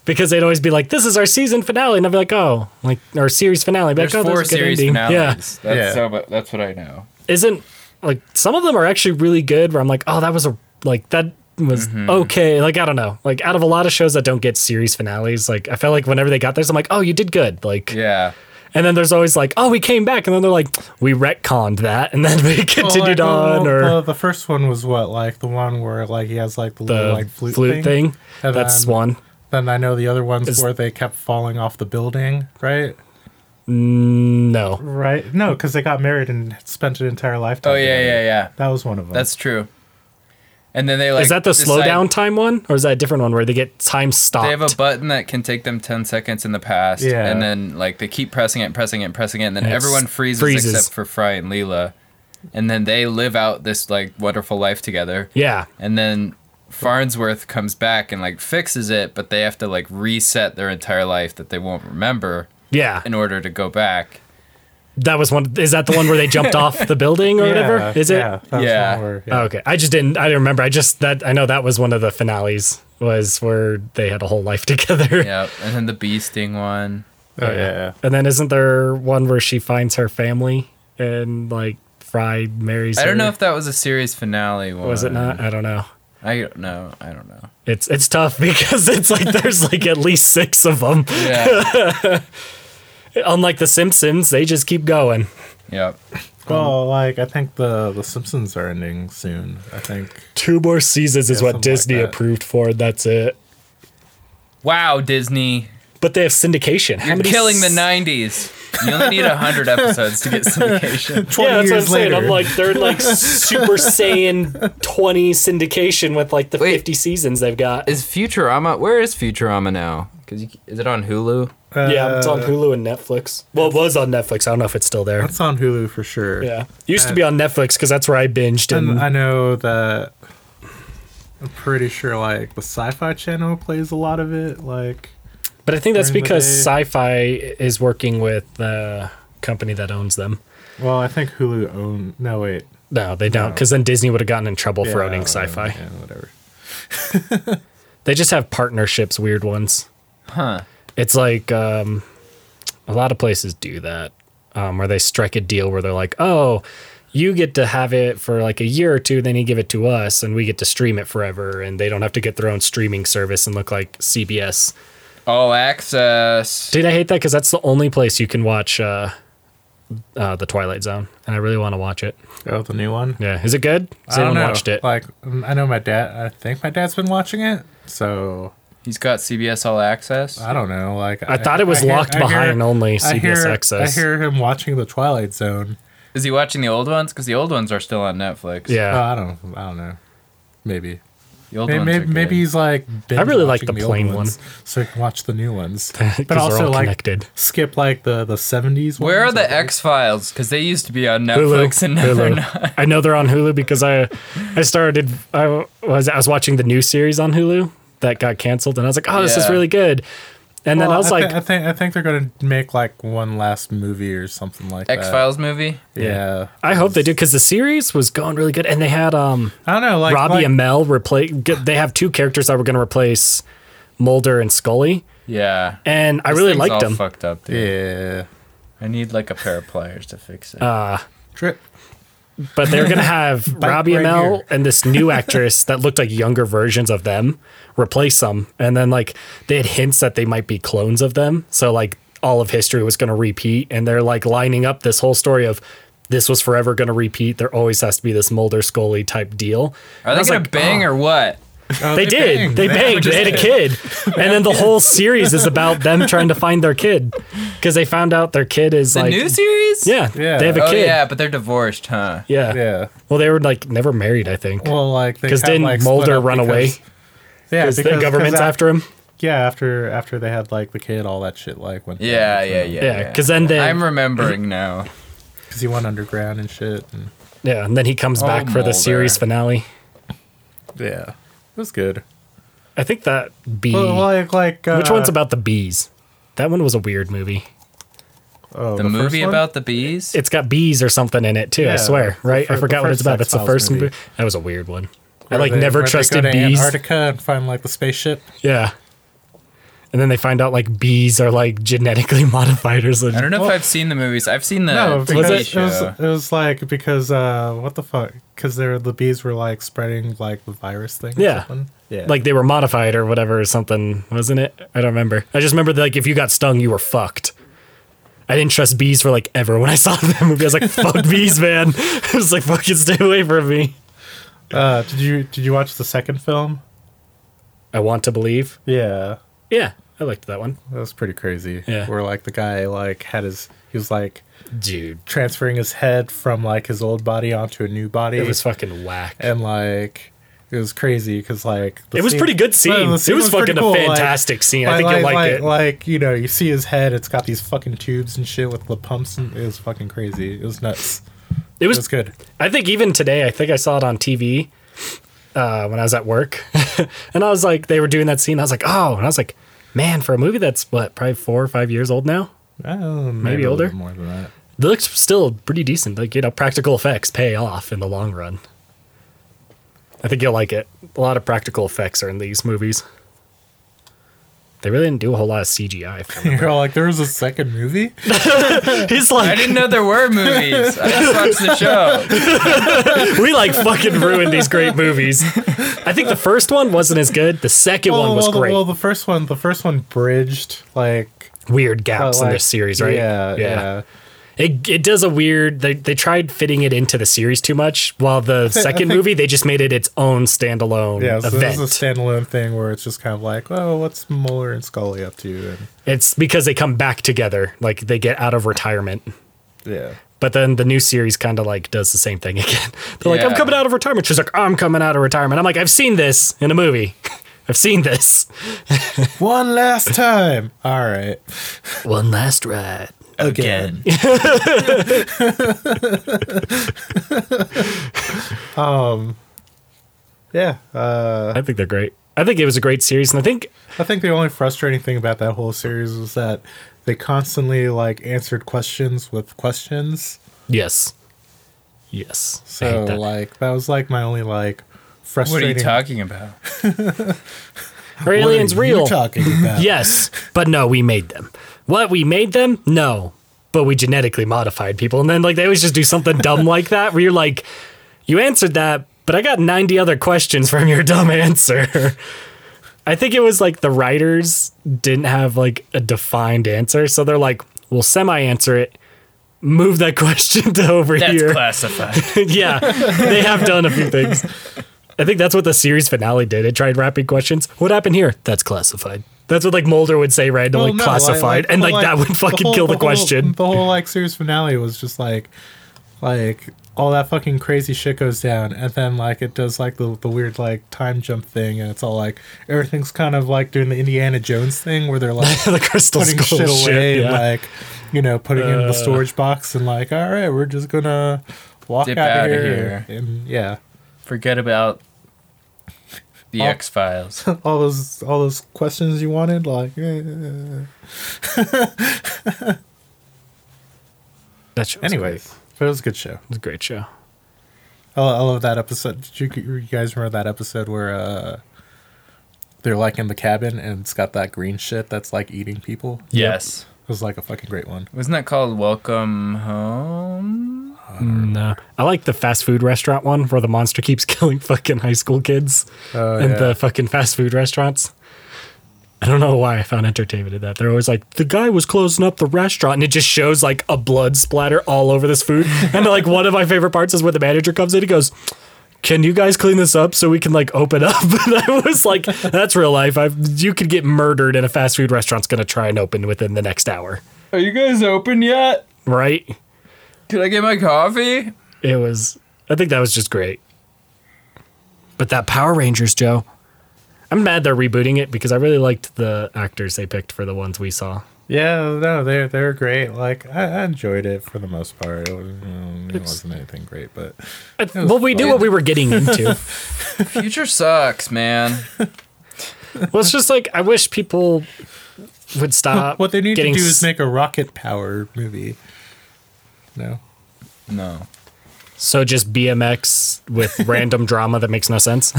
S3: because they'd always be like, "This is our season finale," and I'd be like, "Oh, like our series finale." I'd be
S2: There's
S3: Like, oh,
S2: four
S3: there's a good
S2: series
S3: ending.
S2: finales.
S3: Yeah,
S2: That's
S4: Yeah.
S2: so. mu- That's what I know.
S3: isn't like some of them are actually really good. Where I'm like, "Oh, that was a like that was
S2: Mm-hmm.
S3: okay." Like I don't know. Like out of a lot of shows that don't get series finales, like I felt like whenever they got theirs, I'm like, "Oh, you did good." Like,
S2: Yeah,
S3: and then there's always like, "Oh, we came back," and then they're like, "We retconned that," and then we continued on or.
S4: the, the first one was what like the one where like he has like the,
S3: the
S4: little, like flute, um,
S3: thing.
S4: And
S3: That's
S4: then-
S3: one.
S4: Then I know the other ones
S3: Is-
S4: where they kept falling off the building, right?
S3: Mm, No.
S4: right? No, because they got married and spent an entire lifetime.
S2: Oh yeah,
S4: together.
S2: yeah, yeah.
S4: That was one of them.
S2: That's true. And then they like
S3: is that the
S2: decide-
S3: slowdown time one, or is that a different one where they get time stopped?
S2: They have a button that can take them ten seconds in the past,
S4: Yeah.
S2: and then like they keep pressing it, and pressing it, and pressing it, and then
S3: And it's-
S2: everyone freezes,
S3: freezes.
S2: except for Fry and Leela, and then they live out this like wonderful life together.
S3: yeah.
S2: And then Farnsworth comes back and like fixes it, but they have to like reset their entire life that they won't remember
S3: Yeah.
S2: in order to go back.
S3: That was one. Is that the one where they jumped off the building or
S4: Yeah,
S3: whatever? Is it?
S4: Yeah. that was
S2: Yeah.
S4: one where- yeah.
S3: Oh, Okay. I just didn't. I didn't remember. I just that. I know that was one of the finales. Was where they had a whole life together.
S2: Yep. And then the bee sting one.
S4: Oh, yeah. yeah.
S3: And then isn't there one where she finds her family and like Fry marries?
S2: I don't
S3: her?
S2: know if that was a series finale one.
S3: was it
S4: Uh,
S3: not. I don't know.
S2: I don't know. I don't know.
S3: It's it's tough because it's like there's like at least six of them.
S2: Yeah.
S3: Unlike the Simpsons, they just keep going.
S2: yep.
S4: Well, like I think the the Simpsons are ending soon. I think.
S3: Two more seasons is
S4: Yeah,
S3: what
S4: something like
S3: Disney
S4: that.
S3: approved for. That's it.
S2: Wow, Disney.
S3: But they have syndication. How
S2: You're
S3: many
S2: killing the
S3: s-
S2: 90s. You only need 100 episodes to get syndication.
S3: Yeah, that's what I'm
S4: years
S3: saying. I'm
S4: later.
S3: like they're in like Super Saiyan 20 syndication with like the
S2: Wait.
S3: 50 seasons they've got.
S2: Is Futurama? Where is Futurama now? Cause you, is it on Hulu?
S3: yeah, it's on
S4: Uh,
S3: Hulu and Netflix. Well, it was on Netflix. I don't know if it's still there.
S4: It's on Hulu for sure.
S3: Yeah, used to be on Netflix because that's where I binged and,
S4: And I know that I'm pretty sure like the Sci-Fi Channel plays a lot of it. Like
S3: But I think that's
S4: During the
S3: because
S4: day.
S3: Sci-Fi is working with the company that owns them.
S4: well, I think Hulu own no wait.
S3: No, they don't,
S4: No.
S3: because then Disney would have gotten in trouble for owning
S4: Yeah,
S3: Sci-Fi.
S4: Yeah, whatever.
S3: They just have partnerships, weird ones.
S2: Huh.
S3: It's like um, a lot of places do that, um, where they strike a deal where they're like, "Oh, you get to have it for like a year or two, then you give it to us, and we get to stream it forever, and they don't have to get their own streaming service and look like CBS."
S2: All access.
S3: Dude, I hate that because that's the only place you can watch uh, uh, the Twilight Zone, and I really want to watch it.
S4: Oh, the new one.
S3: Yeah, is it good? Has
S4: I don't
S3: anyone
S4: know.
S3: watched it?
S4: Like um, I know my dad. I think my dad's been watching it. So
S2: He's got CBS All Access.
S4: I don't know. Like
S3: I thought it was
S4: hear-
S3: locked
S4: I hear-
S3: behind only
S4: I
S3: CBS
S4: hear-
S3: Access.
S4: I hear him watching the Twilight Zone.
S2: Is he watching the old ones? Cause the old ones are still on Netflix.
S4: Oh,
S3: yeah,
S4: I don't. I don't know. Maybe.
S2: The old
S4: Maybe,
S2: ones
S4: maybe,
S2: are
S4: maybe
S2: good.
S4: he's like. binge
S3: really like
S4: watching
S3: the
S4: old
S3: plain one.
S4: ones so he can watch the new ones.
S3: 'Cause
S4: but
S3: they're
S4: also
S3: all
S4: like
S3: connected.
S4: skip like the the seventies.
S2: Where are the X Files? Cause they used to be on
S3: Hulu.
S2: Netflix and now they're not.
S3: Hulu. I know they're on Hulu because I, I started. I was I was watching the new series on Hulu that got canceled, and I was like, oh, this is
S2: Yeah.
S3: really good. And then I was like,
S4: I think I think they're gonna make like one last movie or something like
S2: X Files movie.
S4: that. Yeah,
S3: I hope they do because the series was going really good, and they had um
S4: I don't know. Like
S3: Robbie
S4: like,
S3: and Mel replace. They have two characters that were going to replace Mulder and Scully,
S2: Yeah.
S3: and I
S2: This
S3: really
S2: thing's
S3: liked
S2: all
S3: them.
S2: Fucked up, dude.
S4: Yeah,
S2: I need like a pair of pliers to fix it.
S3: Uh,
S4: trip.
S3: but they're gonna have Robbie
S4: right
S3: Amell
S4: here.
S3: and this new actress that looked like younger versions of them replace them, and then like they had hints that they might be clones of them. So like all of history was gonna repeat, and they're like lining up this whole story of this was forever gonna repeat. There always has to be this Mulder Scully type deal.
S2: are they gonna bang or what?
S4: Oh,
S3: They, did.
S4: banged.
S3: They banged. They had a kid, and then the whole series is about them trying to find their kid because they found out their kid is
S2: The
S3: like
S2: new series?
S3: yeah,
S4: Yeah.
S3: they have a
S2: Oh
S3: kid.
S2: yeah, but they're divorced, huh?
S3: Yeah.
S4: Yeah.
S3: Well, they were like never married, I think.
S4: Well, like they
S3: Because
S4: had,
S3: didn't
S4: like, split
S3: Mulder
S4: up
S3: run
S4: because-
S3: away?
S4: Yeah,
S3: because the government's
S4: after.
S3: after him.
S4: Yeah, after after they had like the kid, all that shit like went.
S2: Yeah, yeah, yeah.
S3: Yeah, 'cause then they-
S2: I'm remembering now.
S4: Because he went underground and shit. And,
S3: Yeah, and then he comes
S2: Oh,
S3: back for
S2: Mulder.
S3: the series finale.
S4: yeah, it was good.
S3: I think that bee.
S4: Well, like like uh,
S3: which one's about the bees? That one was a weird movie.
S4: oh,
S2: The,
S4: first
S2: movie
S4: one?
S2: about the bees?
S3: It's got bees or something in it too. I
S4: Yeah,
S3: swear,
S4: the
S3: right?
S4: fir-
S3: I
S4: the
S3: forgot what it's
S4: first
S3: about. That's the
S4: X-Files
S3: first
S4: movie.
S3: movie. That was a weird one. I
S4: Where
S3: like
S4: they-
S3: never
S4: where they go
S3: trusted
S4: to
S3: bees.
S4: Antarctica and find like the spaceship.
S3: Yeah. And then they find out like bees are like genetically modified or something.
S2: I don't know if I've seen the movies. I've seen the
S4: No,
S2: TV
S4: because it,
S2: show.
S4: was it was like because uh what the fuck? Because they were- the bees were like spreading like the virus thing. or
S3: Yeah.
S4: something. yeah.
S3: Like they were modified or whatever or something, wasn't it? I don't remember. I just remember that, like if you got stung, you were fucked. I didn't trust bees for like ever. When I saw that movie, I was like, "Fuck bees, man!" I was like, "Fucking stay away from me."
S4: uh, did you did you watch the second film?
S3: I want to believe.
S4: Yeah.
S3: Yeah, I liked that one.
S4: That was pretty crazy.
S3: Yeah.
S4: Where like the guy like had his he was like
S3: Dude,
S4: transferring his head from like his old body onto a new body.
S3: it was fucking whack.
S4: and like it was crazy because like the
S3: it was
S4: scene-
S3: pretty good scene.
S4: Well, the
S3: it was,
S4: pretty
S3: fucking a
S4: cool, like-
S3: fantastic scene. I
S4: like-
S3: think you'll like,
S4: like,
S3: it.
S4: Like you know, you see his head. It's got these fucking tubes and shit with the pumps. And it was fucking crazy. It was nuts.
S3: it
S4: It
S3: was
S4: was good.
S3: I think even today, I think I saw it on TV uh, when I was at work, and I was like, they were doing that scene. I was like, oh, and I was like, man, for a movie that's what probably four or five years old now,
S4: Oh, maybe,
S3: Maybe
S4: a little
S3: older?
S4: bit more than that.
S3: it looks still pretty decent. Like you know, practical effects pay off in the long run. I think you'll like it. A lot of practical effects are in these movies. They really didn't do a whole lot of CGI. if I remember.
S4: You're all like, there was a second movie.
S3: He's
S2: I
S3: like,
S2: didn't know there were movies. I just watched the show.
S3: we like fucking ruined these great movies. I think the first one wasn't as good. The second one was
S4: well, the-
S3: great.
S4: well, the first one, the first one bridged like,
S3: weird
S4: uh,
S3: gaps in
S4: like-
S3: their series, right?
S4: Yeah, yeah.
S3: It, it does a weird. They they tried fitting it into the series too much. While the
S4: I
S3: second
S4: think-
S3: movie, they just made it its own standalone
S4: Yeah, so
S3: event.
S4: this is a standalone thing where it's just kind of like, well, what's Mueller and Scully up to? And
S3: it's because they come back together, like they get out of retirement.
S4: yeah,
S3: But then the new series kind of like does the same thing again. They're like, "I'm
S2: Yeah.
S3: coming out of retirement." She's like, "I'm coming out of retirement." I'm like, "I've seen this in a movie. I've seen this
S4: one last time. All right,
S3: one last ride."
S4: again. um, yeah. Uh,
S3: I think they're great. I think it was a great series, and I think
S4: I think the only frustrating thing about that whole series was that they constantly like answered questions with questions.
S3: yes, yes. I hate
S4: So
S3: that.
S4: like that was like my only like
S2: What are you
S4: frustrating.
S2: talking about?
S3: Are
S4: What are
S3: aliens
S4: you
S3: real?
S4: talking about?
S3: Yes, but no, we made them. What we made them? No, but we genetically modified people. And then like they always just do something dumb like that where you're like, you answered that, but I got 90 other questions from your dumb answer. I think it was like the writers didn't have like a defined answer, so they're like, we'll semi answer it. Move that question to over here.
S2: classified.
S3: yeah, they have done a few things. I think that's what the series finale did. It tried wrapping questions. What happened here? That's classified. That's what like Mulder would say
S4: Well,
S3: randomly
S4: no, like-
S3: classified,
S4: like-
S3: and
S4: well,
S3: like, that would fucking
S4: whole-
S3: kill the,
S4: whole-
S3: question.
S4: The whole like series finale was just like, like all that fucking crazy shit goes down, and then like it does like the the weird like time jump thing, and it's all like everything's kind of like doing the Indiana Jones thing where they're like
S3: The, crystal
S4: putting
S3: skull
S4: shit away, and,
S3: yeah. Uh.
S4: like you know, putting it in the storage box, and like all right, we're just gonna walk out,
S2: Dip outta
S4: of
S2: here.
S4: here, and yeah,
S2: Forget about the
S4: Oh.
S2: X Files.
S4: all those all those questions you wanted, like eh.
S3: that show was
S4: anyways, but it was a good show.
S3: great. it was a great show.
S4: I lo- I love that episode. Did you, you guys remember that episode where uh, they're like in the cabin and it's got that green shit that's like eating people?
S2: Yes.
S4: It was like a fucking great one.
S2: Wasn't that called Welcome Home?
S3: No, uh, I like the fast food restaurant one where the monster keeps killing fucking high school kids
S4: Oh,
S3: in
S4: yeah.
S3: the fucking fast food restaurants. I don't know why I found entertainment in that. They're always like, the guy was closing up the restaurant, and it just shows like a blood splatter all over this food. And like one of my favorite parts is where the manager comes in and goes, "Can you guys clean this up so we can like open up?" And I was like, "That's real life. I've, you could get murdered, and a fast food restaurant's gonna try and open within the next hour,
S2: Are you guys open yet?
S3: right?"
S2: Can I get my coffee?
S3: it was i think that was just great but that power rangers joe i'm mad they're rebooting it because i really liked the actors they picked for the ones we saw
S4: Yeah, no, they're they're great. Like I, I enjoyed it for the most part. It, was, um, it wasn't anything great, but
S3: well we knew what we were getting into
S2: Future sucks, man.
S3: well it's just like i wish people would stop
S4: what they need to do
S3: getting
S4: is
S3: s-
S4: make a rocket power movie. No,
S2: No.
S3: so just bmx with random drama that makes no sense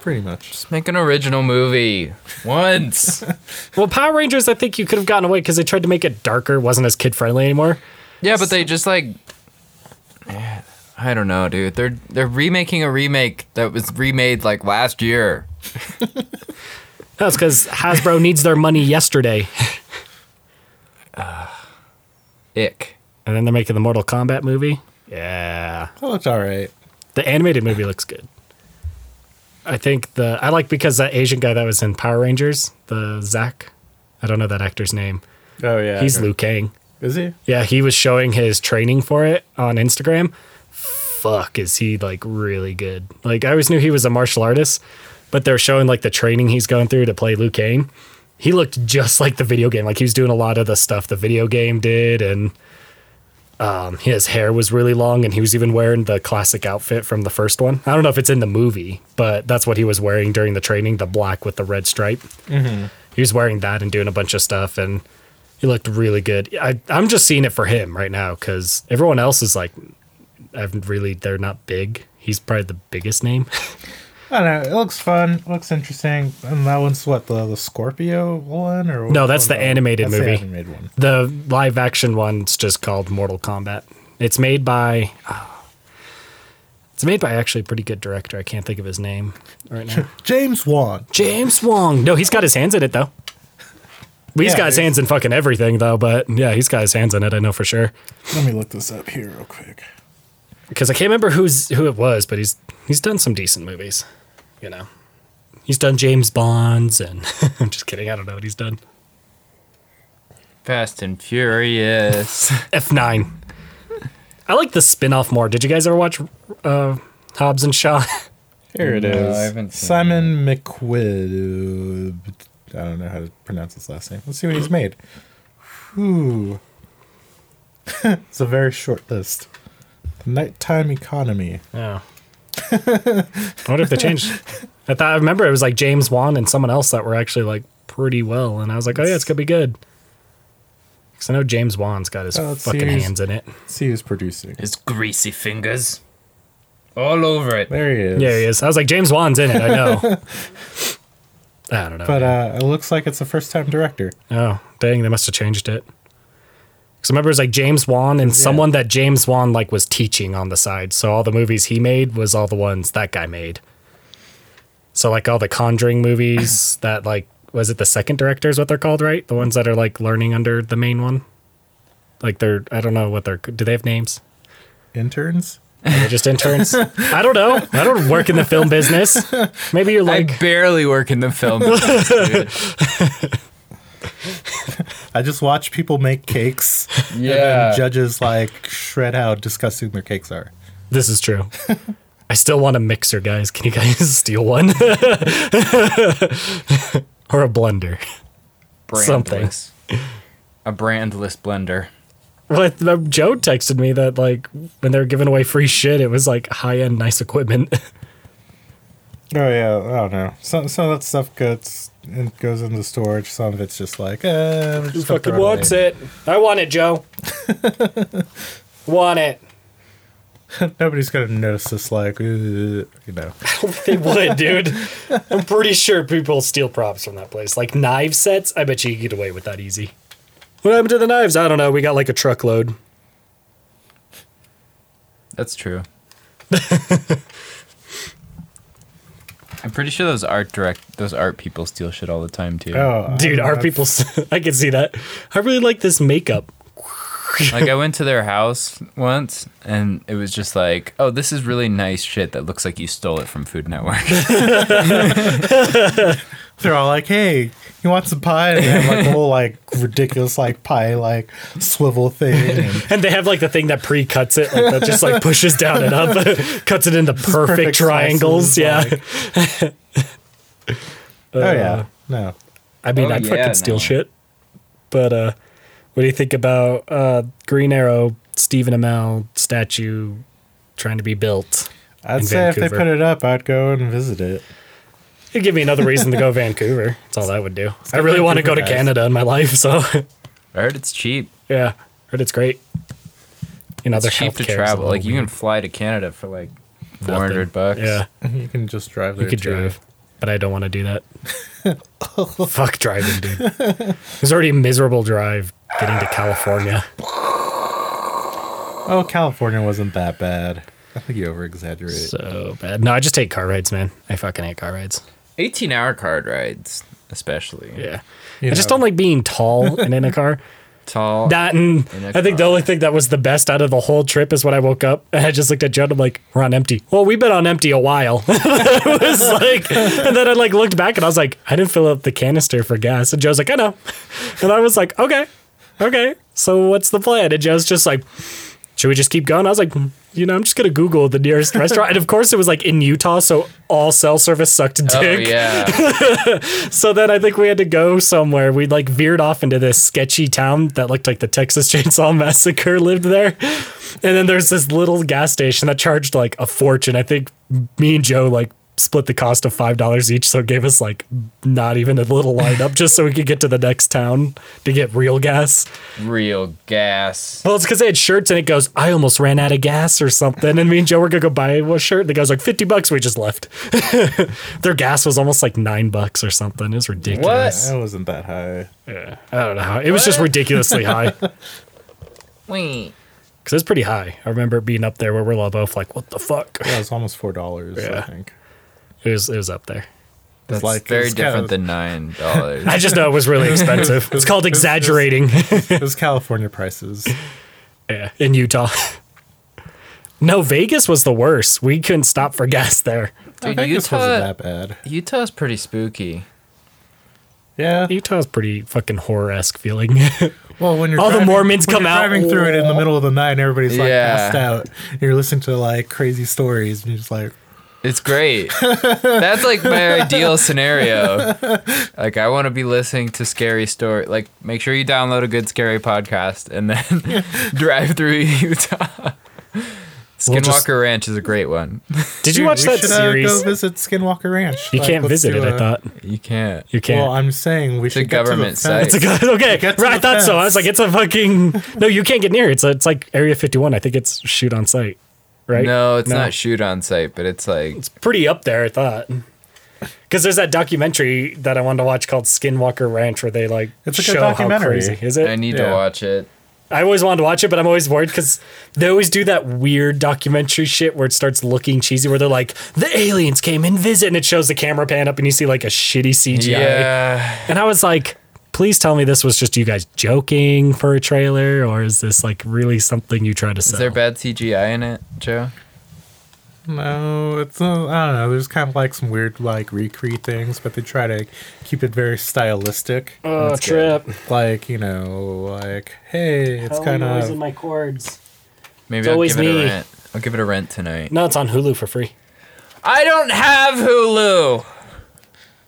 S4: pretty much.
S2: Make an original movie once.
S3: well power rangers i think you could have gotten away because they tried to make it darker wasn't as kid friendly anymore
S2: yeah, but they just like I don't know, dude. They're they're remaking a remake that was remade like last year.
S3: that's because hasbro needs their money yesterday
S2: Ick.
S3: and then they're making the mortal kombat movie yeah
S4: That looked all right.
S3: The animated movie looks good. I think the I like because that Asian guy that was in Power Rangers, the Zach, I don't know that actor's name.
S4: Oh yeah,
S3: He's Liu Kang.
S4: Is he?
S3: Yeah, he was showing his training for it on Instagram. Fuck, is he like really good? Like I always knew he was a martial artist, but they're showing like the training he's going through to play Liu Kang. He looked just like the video game. Like he was doing a lot of the stuff the video game did, and um, his hair was really long, and he was even wearing the classic outfit from the first one. I don't know if it's in the movie, but that's what he was wearing during the training the black with the red stripe. He was wearing that and doing a bunch of stuff, and he looked really good. I, I'm just seeing it for him right now because everyone else is like, I've really, they're not big. He's probably the biggest name.
S4: I don't know. It looks fun. It looks interesting. And that one's what the, the Scorpio one or
S3: No, that's the animated
S4: That's the
S3: movie.
S4: animated one.
S3: the live action one's just called Mortal Kombat. It's made by, ah, it's made by actually a pretty good director. I can't think of his name right now.
S4: James Wan.
S3: James Wong. No, he's got his hands in it though. Well, He's
S4: Yeah,
S3: got his
S4: he's-
S3: hands in fucking everything though, but yeah, he's got his hands in it. I know for sure.
S4: Let me look this up here real quick.
S3: because I can't remember who's who it was, but he's he's done some decent movies, you know. He's done James Bonds, and I'm just kidding. I don't know what he's done.
S2: Fast and Furious.
S3: F9. I like the spin-off more. Did you guys ever watch uh, Hobbs and Shaw?
S4: Here it
S2: No,
S4: is.
S2: I haven't seen
S4: Simon McQuid. I don't know how to pronounce his last name. Let's see what he's made. Whew. it's a very short list. The nighttime economy.
S3: Yeah. I wonder if they changed. I thought I remember it was like James Wan and someone else that were actually like pretty well, and I was like, oh yeah, it's gonna be good. Because I know James Wan's got his
S4: Oh, let's see,
S3: fucking
S4: he's-
S3: hands in it.
S4: Let's see who's producing.
S2: His greasy fingers. All over it.
S4: There he is.
S3: Yeah, he is. I was like, James Wan's in it. I know. I don't know.
S4: But
S3: man.
S4: uh, it looks like it's a first time director.
S3: Oh, dang, they must have changed it. Because remember, it was like James Wan and someone that James Wan like was teaching on the side. So all the movies he made was all the ones that guy made. So like all the Conjuring movies that like was it the second director is what they're called, right? The ones that are like learning under the main one. Like they're I don't know what they're do they have names?
S4: Interns?
S3: Are they just interns? I don't know. I don't work in the film business. Maybe you're like
S2: I barely work in the film. business, dude.
S4: I just watch people make cakes.
S2: Yeah.
S4: And judges like shred how disgusting their cakes are.
S3: This is true. I still want a mixer, guys. Can you guys steal one? or a blender. something.
S2: Brandless. A brandless blender.
S3: But uh, Joe texted me that like when they were giving away free shit, it was like high end nice equipment.
S4: Oh yeah, I don't know. Some some of that stuff gets and goes into storage. Some of it's just like, eh, we're just gonna throw away.
S3: it? I want it, Joe. want it.
S4: Nobody's gonna notice this. Like, uh, you know,
S3: They would, dude. I'm pretty sure people steal props from that place. Like knife sets, I bet you could get away with that easy. What happened to the knives? I don't know. We got like a truckload.
S2: That's true. I'm pretty sure those art direct those art people steal shit all the time too.
S4: oh,
S3: Dude,
S4: I-
S3: our
S4: I-
S3: people, I can see that. I really like this makeup.
S2: Like I went to their house once and it was just like, "Oh, this is really nice shit that looks like you stole it from Food Network."
S4: They're all like, "Hey, you want some pie?" And they have like a whole like ridiculous like pie like swivel thing. And
S3: And they have like the thing that pre cuts it, like that just like pushes down and up, cuts it into perfect,
S4: perfect
S3: triangles.
S4: slices,
S3: yeah. Uh,
S4: oh yeah, no.
S3: I mean,
S2: Oh,
S3: I
S2: yeah,
S3: fucking steal
S2: no.
S3: shit. But uh, what do you think about uh, Green Arrow, Stephen Amell statue trying to be built?
S4: I'd
S3: In
S4: say if they
S3: Vancouver.
S4: put it up, I'd go and visit it.
S3: It'd give me another reason to go Vancouver. That's all that would do. I really want to go
S4: Vancouver,
S3: to
S4: guys.
S3: Canada in my life, so
S2: I heard it's cheap.
S3: yeah, heard it's great. You know,
S2: It's
S3: their
S2: cheap to
S3: healthcare is a
S2: travel.
S3: little
S2: Like you
S3: weird.
S2: can fly to Canada for like
S3: Nothing.
S2: 400 bucks.
S3: Yeah,
S4: You can just drive there.
S3: you could
S4: too.
S3: drive, but I don't want to do that. Fuck driving, dude. It was already a miserable drive getting to California.
S4: Oh, California wasn't that bad. I think you over exaggerate.
S3: So bad. No, I just hate car rides, man. I fucking hate car rides.
S2: 18 hour card rides especially.
S3: Yeah.
S4: You
S3: I just
S4: know.
S3: don't like being tall and in a car.
S2: tall.
S3: That and
S2: And
S3: I think the only thing that was the best out of the whole trip is when I woke up and I just looked at Judd. I'm like, we're on empty. Well, we've been on empty a while. it was like, and then I like looked back and I was like, I didn't fill up the canister for gas. And Joe's like, I know. And I was like, okay, okay. So what's the plan? And Joe's just like, should we just keep going? I was like, you know, I'm just gonna Google the nearest restaurant. And of course, it was like in Utah, so all cell service sucked dick.
S2: oh yeah,
S3: So then I think we had to go somewhere. We like veered off into this sketchy town that looked like the Texas Chainsaw Massacre lived there. And then there's this little gas station that charged like a fortune. I think me and Joe like split the cost of five dollars each, so it gave us like not even a little lineup just so we could get to the next town to get real gas.
S2: real gas.
S3: Well, it's because they had shirts and it goes, I almost ran out of gas or something. And me and Joe were gonna go buy a shirt. The guy's like, 50 bucks. We just left. Their gas was almost like nine bucks or something. It was ridiculous.
S4: That wasn't that high.
S3: I don't know how. It was just
S2: What?
S3: ridiculously high because
S2: Wait.
S3: it's pretty high. I remember it being up there where we're all both like, what the fuck?
S4: Yeah, it was almost four dollars. I
S3: Yeah.
S4: think.
S3: It was, it was up there.
S2: That's
S4: like-
S2: very
S4: it's
S2: different
S4: kind of-
S2: than nine dollars.
S3: I just know it was really expensive. It's called exaggerating.
S4: It was California prices.
S3: yeah, in Utah. No, Vegas was the worst. We couldn't stop for gas there.
S2: Dude,
S4: Vegas wasn't
S2: Utah,
S4: that bad.
S2: Utah's pretty spooky.
S4: Yeah.
S3: Utah's pretty fucking horror esque feeling.
S4: Well, when you're
S3: All the Mormons
S4: when
S3: come
S4: you're
S3: out.
S4: driving through it in the middle of the night, and everybody's like
S2: Yeah.
S4: passed out. And you're listening to like crazy stories, and you're just like,
S2: It's great. That's like my ideal scenario. Like I want to be listening to scary story. Like make sure you download a good scary podcast and then drive through Utah. Skinwalker
S3: We'll just-
S2: Ranch is a great one.
S3: Did you
S4: "Dude,
S3: watch
S4: we
S3: that
S4: should, uh,
S3: series?
S4: go visit Skinwalker Ranch.
S3: you
S4: Like,
S3: can't
S4: let's
S3: visit
S4: do
S3: it, I
S4: a-
S3: thought.
S2: You can't.
S3: You can't.
S4: Well, I'm saying we should
S2: a government
S4: get to the fence.
S2: site.
S3: It's a good, okay.
S4: Get to
S3: Right, I
S4: the
S3: thought so. I was
S4: fence.
S3: like, it's a fucking no. You can't get near. it. It's a, it's like Area 51. I think it's shoot on site, right?
S2: No, it's not shoot on site, but it's like
S3: It's pretty up there. I thought because there's that documentary that I wanted to watch called Skinwalker Ranch, where they like
S4: It's a good
S3: show how
S4: documentary.
S3: crazy is it.
S2: I need
S4: Yeah.
S2: to watch it.
S3: I always wanted to watch it, but I'm always worried because they always do that weird documentary shit where it starts looking cheesy, where they're like, the aliens came and visit, and it shows the camera pan up, and you see like a shitty CGI.
S2: Yeah.
S3: And I was like, please tell me this was just you guys joking for a trailer, or is this like really something you try to sell?
S2: Is there bad CGI in it, Joe?
S4: No, it's uh, I don't know. There's kind of like some weird like recreate things, but they try to keep it very stylistic.
S3: oh,
S2: That's good.
S3: trip.
S4: Like you know, like hey, it's
S3: in
S4: kind of
S3: my cords.
S2: Maybe
S3: It's
S2: I'll
S3: always
S2: give it
S3: me.
S2: a rent. I'll give it a rent tonight.
S3: No, it's on Hulu for free.
S2: I don't have Hulu.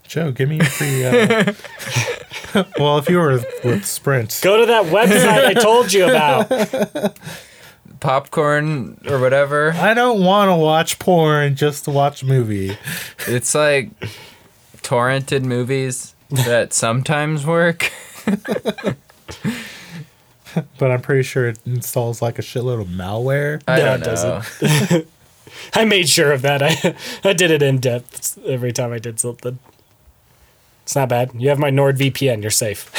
S4: Joe. Give me your free. Uh... well, if you were with Sprint,
S3: Go to that website I told you about.
S2: Popcorn or whatever.
S4: I don't want to watch porn just to watch a movie.
S2: It's like torrented movies that sometimes work.
S4: But I'm pretty sure it installs like a shitload of malware.
S2: I
S3: No,
S2: don't
S3: it
S2: know.
S3: doesn't. I made sure of that. I I did it in depth every time I did something. It's not bad. You have my NordVPN. You're safe.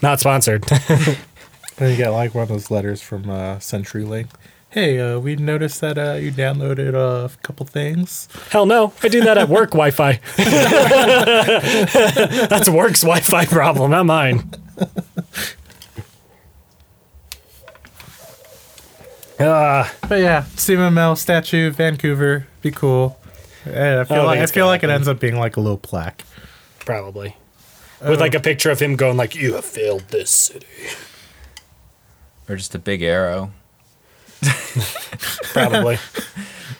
S3: not sponsored.
S4: Then you get like one of those letters from uh, CenturyLink. Hey, uh, we noticed that uh, you downloaded uh, a couple things.
S3: Hell no. I do that at work Wi Fi. That's work's Wi Fi problem, not mine. Ah,
S4: But yeah, CMML statue, Vancouver, be cool. Yeah, I feel
S3: I don't
S4: like
S3: think
S4: I
S3: Oh, it's
S4: feel
S3: gonna
S4: like it ends up being like a little plaque.
S3: probably. With like a picture of him going like, "You have failed this city."
S2: Or just a big arrow.
S3: Probably.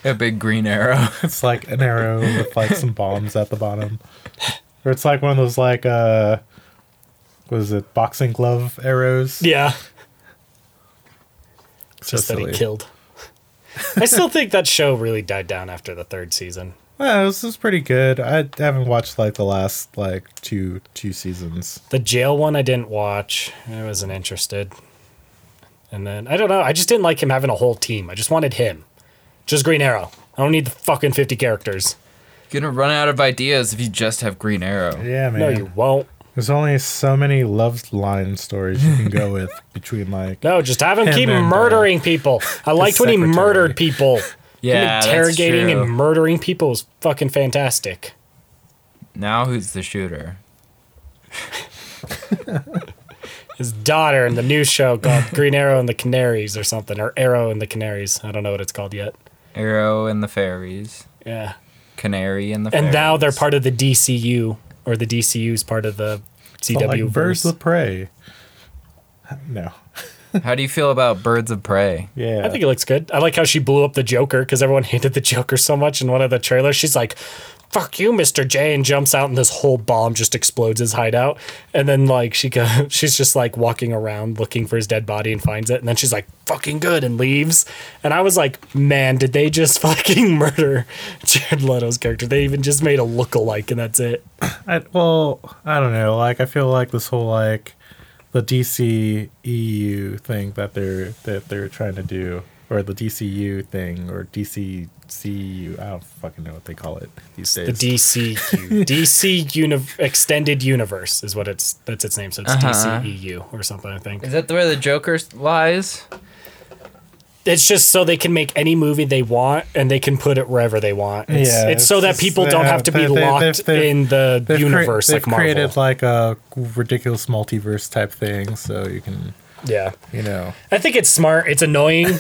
S2: A big green arrow.
S4: It's like an arrow with like some bombs at the bottom, or it's like one of those like uh, was it boxing glove arrows?
S3: yeah.
S4: It's
S3: just
S4: so
S3: that he
S4: silly.
S3: killed. I still think that show really died down after the third season.
S4: Well, this is pretty good. I haven't watched like the last like two two seasons.
S3: The jail one I didn't watch. I wasn't interested. And then I don't know. I just didn't like him having a whole team. I just wanted him. Just Green Arrow. I don't need the fucking 50 characters.
S2: You're gonna run out of ideas if you just have green arrow.
S4: Yeah, man.
S3: No, you won't.
S4: There's only so many love line stories you can go with between like.
S3: No, just have him
S4: And
S3: keep
S4: then, uh,
S3: murdering people. I liked when he
S4: secretary.
S3: murdered people. Him
S2: Yeah, that's
S3: interrogating
S2: true.
S3: and murdering people was fucking fantastic.
S2: Now who's the shooter?
S3: his daughter in the new show called Green Arrow and the Canaries or something, or Arrow and the Canaries. I don't know what it's called yet.
S2: Arrow and the fairies,
S3: Yeah.
S2: Canary and the
S3: And
S2: fairies.
S3: now they're part of the DCU, or the DCU's part of the
S4: But,
S3: CW
S4: like
S3: verse.
S4: birds of prey. No.
S2: How do you feel about Birds of Prey?
S4: Yeah.
S3: I think it looks good. I like how she blew up the Joker because everyone hated the Joker so much in one of the trailers. She's like, fuck you, Mr. J, and jumps out, and this whole bomb just explodes his hideout. And then, like, she goes, she's just like walking around looking for his dead body and finds it. And then she's like, fucking good, and leaves. And I was like, man, did they just fucking murder Jared Leto's character? They even just made a lookalike, and that's it.
S4: I, well, I don't know. Like, I feel like this whole like the DC EU thing that they're that they're trying to do, or the DCU thing, or DCCU. I don't fucking know what they call it these days.
S3: The DCU, DC uni- Extended Universe is what it's that's its name. So it's DCEU or something, I think.
S2: Is that where the Joker lies?
S3: it's just so they can make any movie they want and they can put it wherever they want. It's,
S4: Yeah,
S3: it's
S4: it's
S3: so that
S4: just-
S3: people
S4: they
S3: don't have
S4: have-
S3: to be
S4: they- they-
S3: locked
S4: they've- they've-
S3: in the
S4: They've crea-
S3: universe
S4: they've
S3: like Marvel.
S4: created like a ridiculous multiverse type thing, so you can,
S3: yeah,
S4: you know,
S3: I think it's smart. It's annoying,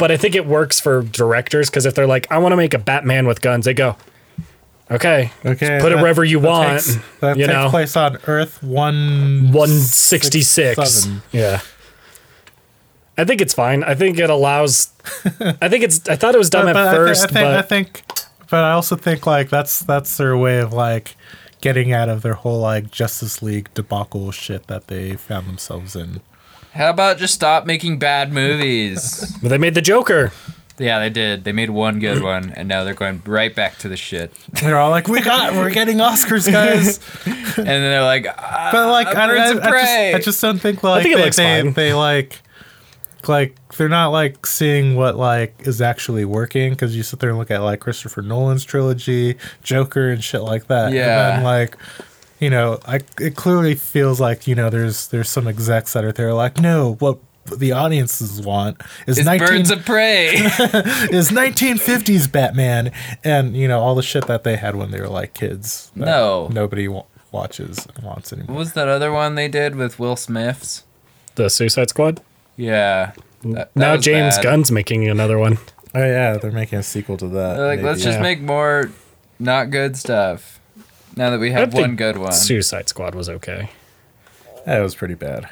S3: but I think it works for directors because if they're like, I want to make a Batman with guns, they go, okay,
S4: okay,
S3: put it
S4: that-
S3: wherever you
S4: that
S3: want.
S4: takes- that
S3: you
S4: takes
S3: know,
S4: place on Earth one
S3: one sixty six.
S4: seven.
S3: Yeah. I think it's fine. I think it allows. I think it's. I thought it was dumb at
S4: I thi-
S3: first,
S4: I think,
S3: but
S4: I think, but I also think like that's that's their way of like getting out of their whole like Justice League debacle shit that they found themselves in.
S2: How about just stop making bad movies?
S3: they made the Joker.
S2: yeah, they did. They made one good one, and now they're going right back to the shit.
S4: They're all like, "We got, we're getting Oscars, guys."
S2: And then they're like, "Ah,
S4: But like, I, don't,
S2: Birds
S4: I, I,
S2: of
S4: just,
S2: Prey.
S4: I just don't think like
S3: think it
S4: they,
S3: looks
S4: they,
S3: fine.
S4: they like like they're not like seeing what like is actually working because you sit there and look at like Christopher Nolan's trilogy, Joker, and shit like that.
S2: Yeah.
S4: and then, like. You know, I it clearly feels like you know there's there's some execs that are there like no what the audiences want is
S2: it's
S4: 19
S2: Birds of Prey.
S4: is 1950s Batman and you know all the shit that they had when they were like kids that
S2: No.
S4: nobody wa- watches and wants anymore
S2: what was that other one they did with Will Smith's?
S3: The Suicide Squad.
S2: Yeah. That- that
S3: now
S2: was
S3: James
S2: bad.
S3: Gunn's making another one.
S4: Oh yeah, they're making a sequel to that.
S2: They're like, let's
S4: maybe.
S2: just
S3: Yeah.
S2: make more not good stuff. Now that we have
S3: think
S2: one good one.
S3: Suicide Squad was okay.
S4: That was pretty bad.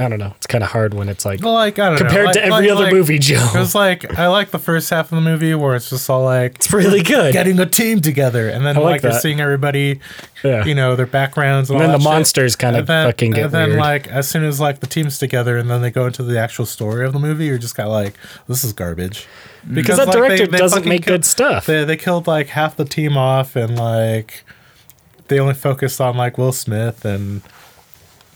S3: I don't know. It's kind of hard when it's like
S4: But like I don't
S3: compared
S4: know,
S3: to
S4: like-
S3: every
S4: like-
S3: other
S4: like-
S3: movie, Joe.
S4: It was like I like the first half of the movie where it's just all like
S3: It's really good.
S4: getting a team together, and then
S3: I like
S4: like, you're
S3: that.
S4: seeing everybody,
S3: yeah.
S4: you know, their backgrounds, and,
S3: and then
S4: all
S3: the
S4: that shit.
S3: monsters kind of
S4: And then,
S3: fucking get
S4: and then
S3: weird.
S4: like as soon as like the team's together, and then they go into the actual story of the movie, you're just kind of like, this is garbage.
S3: because that
S4: like, they-
S3: director
S4: they
S3: doesn't
S4: fucking
S3: make
S4: killed-
S3: good stuff.
S4: They they killed like half the team off, and like they only focused on like Will Smith and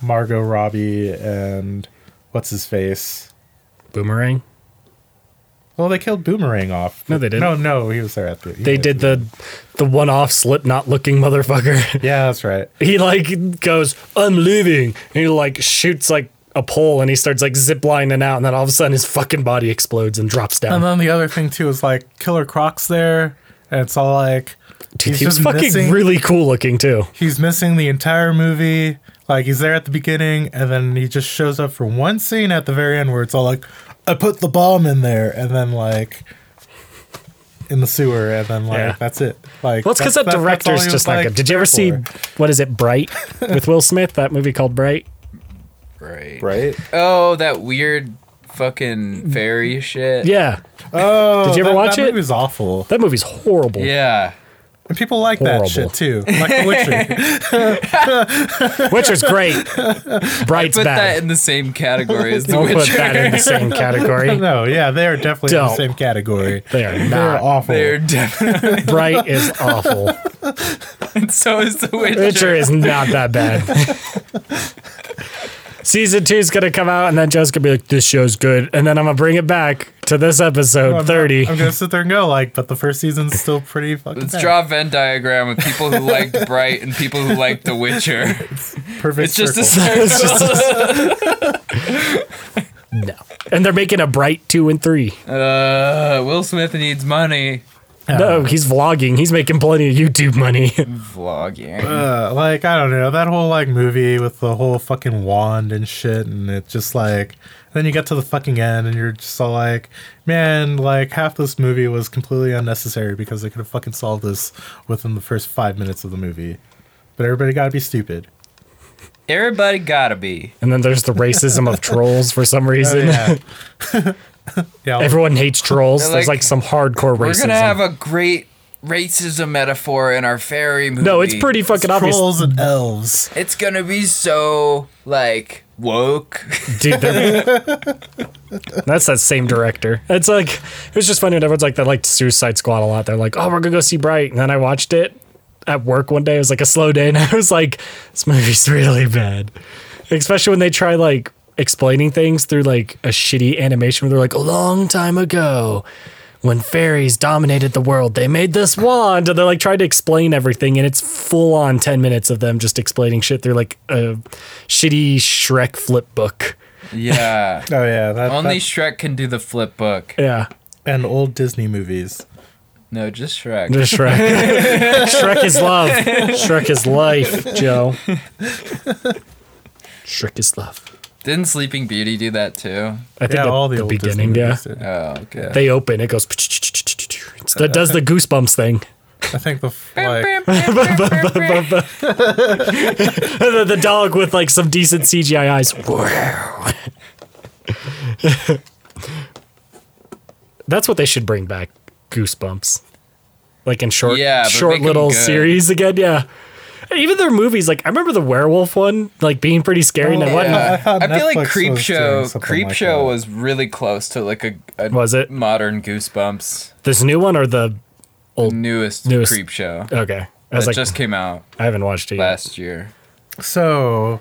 S4: Margot Robbie and what's his face.
S3: Boomerang.
S4: Well, they killed Boomerang off.
S3: No, they didn't.
S4: No, no, he was there at the. he
S3: They
S4: was-
S3: did the the one off Slipknot looking motherfucker.
S4: Yeah, that's right.
S3: he like goes, "I'm leaving," and he like shoots like a pole and he starts like ziplining out, and then all of a sudden his fucking body explodes and drops down.
S4: And then the other thing too is like Killer Croc's there, and it's all like
S3: Dude,
S4: he's
S3: he was
S4: just
S3: fucking
S4: missing-
S3: really cool looking too.
S4: he's missing the entire movie. Like he's there at the beginning, and then he just shows up for one scene at the very end where it's all like, "I put the bomb in there," and then like in the sewer, and then like
S3: Yeah.
S4: that's it. Like
S3: Well, it's because
S4: that's-
S3: that,
S4: that's- that's all
S3: director's
S4: he was,
S3: just not
S4: like,
S3: good. Did you ever
S4: there
S3: see
S4: for.
S3: what is it, Bright, with Will Smith? That movie called Bright.
S2: Right.
S4: Right?
S2: Oh, that weird fucking fairy shit.
S3: Yeah,
S4: Oh,
S3: Did you ever
S4: that,
S3: watch
S4: that
S3: it?
S4: Movie was awful,
S3: that movie's horrible.
S2: Yeah.
S4: and people like
S3: Horrible.
S4: that shit too, like The Witcher.
S3: Witcher's great. Bright's
S2: Put that
S3: bad.
S2: in the same category as The
S3: Don't put
S2: Witcher.
S3: that in the same category.
S4: no, yeah, they are definitely in
S3: Don't.
S4: the same category.
S3: They are
S4: They're
S3: not.
S4: awful.
S2: They're definitely.
S3: Bright is awful.
S2: So is The Witcher.
S3: Witcher is not that bad. Season two's gonna come out, and then Joe's gonna be like, "This show's good," and then I'm gonna bring it back to this episode
S4: I'm-
S3: thirty.
S4: I'm gonna sit there and go like, but the first season's still pretty fucking.
S2: Let's
S4: bad.
S2: draw a Venn diagram with people who liked Bright and people who liked The Witcher. It's
S4: perfect.
S2: just a
S4: circle.
S2: circle.
S3: It's just no, and they're making a Bright two and three.
S4: Oh.
S2: Uh, Will Smith needs money.
S3: no, he's vlogging. He's making plenty of YouTube money.
S2: Vlogging.
S4: Uh, like I don't know that whole like movie with the whole fucking wand and shit, and it's just like then you get to the fucking end, and you're just all like, man, like half this movie was completely unnecessary because they could have fucking solved this within the first five minutes of the movie, but everybody got to be stupid.
S2: Everybody gotta be.
S3: and then there's the racism of trolls for some reason.
S4: Oh, yeah, yeah. all-
S3: Everyone hates trolls.
S2: They're
S3: there's
S2: like,
S3: like some hardcore racism.
S2: We're gonna have a great racism metaphor in our fairy movie.
S3: no, it's pretty fucking obvious.
S4: trolls and elves.
S2: It's gonna be so like woke.
S3: dude. they're- That's that same director. It's like it was just funny when everyone's like they liked Suicide Squad a lot. They're like, oh, we're gonna go see Bright, and then I watched it at work one day. It was like a slow day, and I was like, this movie's really bad. Especially when they try like explaining things through like a shitty animation where they're like, a long time ago. When fairies dominated the world, they made this wand, and they're like trying to explain everything, and it's full on ten minutes of them just explaining shit through like a shitty Shrek flip book.
S2: yeah.
S4: Oh yeah, that,
S2: Only
S4: that-
S2: Shrek can do the flip book.
S3: Yeah,
S4: and old Disney movies.
S2: No, just Shrek.
S3: just Shrek. Shrek is love. Shrek is life, Joe. Shrek is love.
S2: Didn't Sleeping Beauty do that too?
S3: I think
S4: Yeah,
S3: at
S4: all the,
S3: the
S4: old
S3: beginning,
S4: Disney
S3: yeah.
S4: movies. did.
S2: Oh, okay.
S3: They open, it goes. It's that does the goosebumps thing.
S4: I think the f- like
S3: the, the dog with like some decent CGI eyes. That's what they should bring back. Goosebumps, like in short,
S2: Yeah, but
S3: short
S2: make 'em
S3: little
S2: good.
S3: series again. Yeah, even their movies. Like I remember the werewolf one, like being pretty scary. and
S4: Oh,
S3: I wasn't-
S4: yeah. I
S2: I,
S4: thought
S2: feel like
S4: Netflix
S2: Creep
S4: was doing
S2: Show.
S4: something
S2: Creep
S4: like
S2: Show
S4: that.
S2: was really close to like a, a
S3: Was it?
S2: modern Goosebumps
S3: This new one or the
S2: newest,
S3: Newest-
S2: Creep Show
S3: okay? I
S2: that
S3: was like,
S2: just came out
S3: I haven't watched it. Yet.
S2: last year.
S4: so.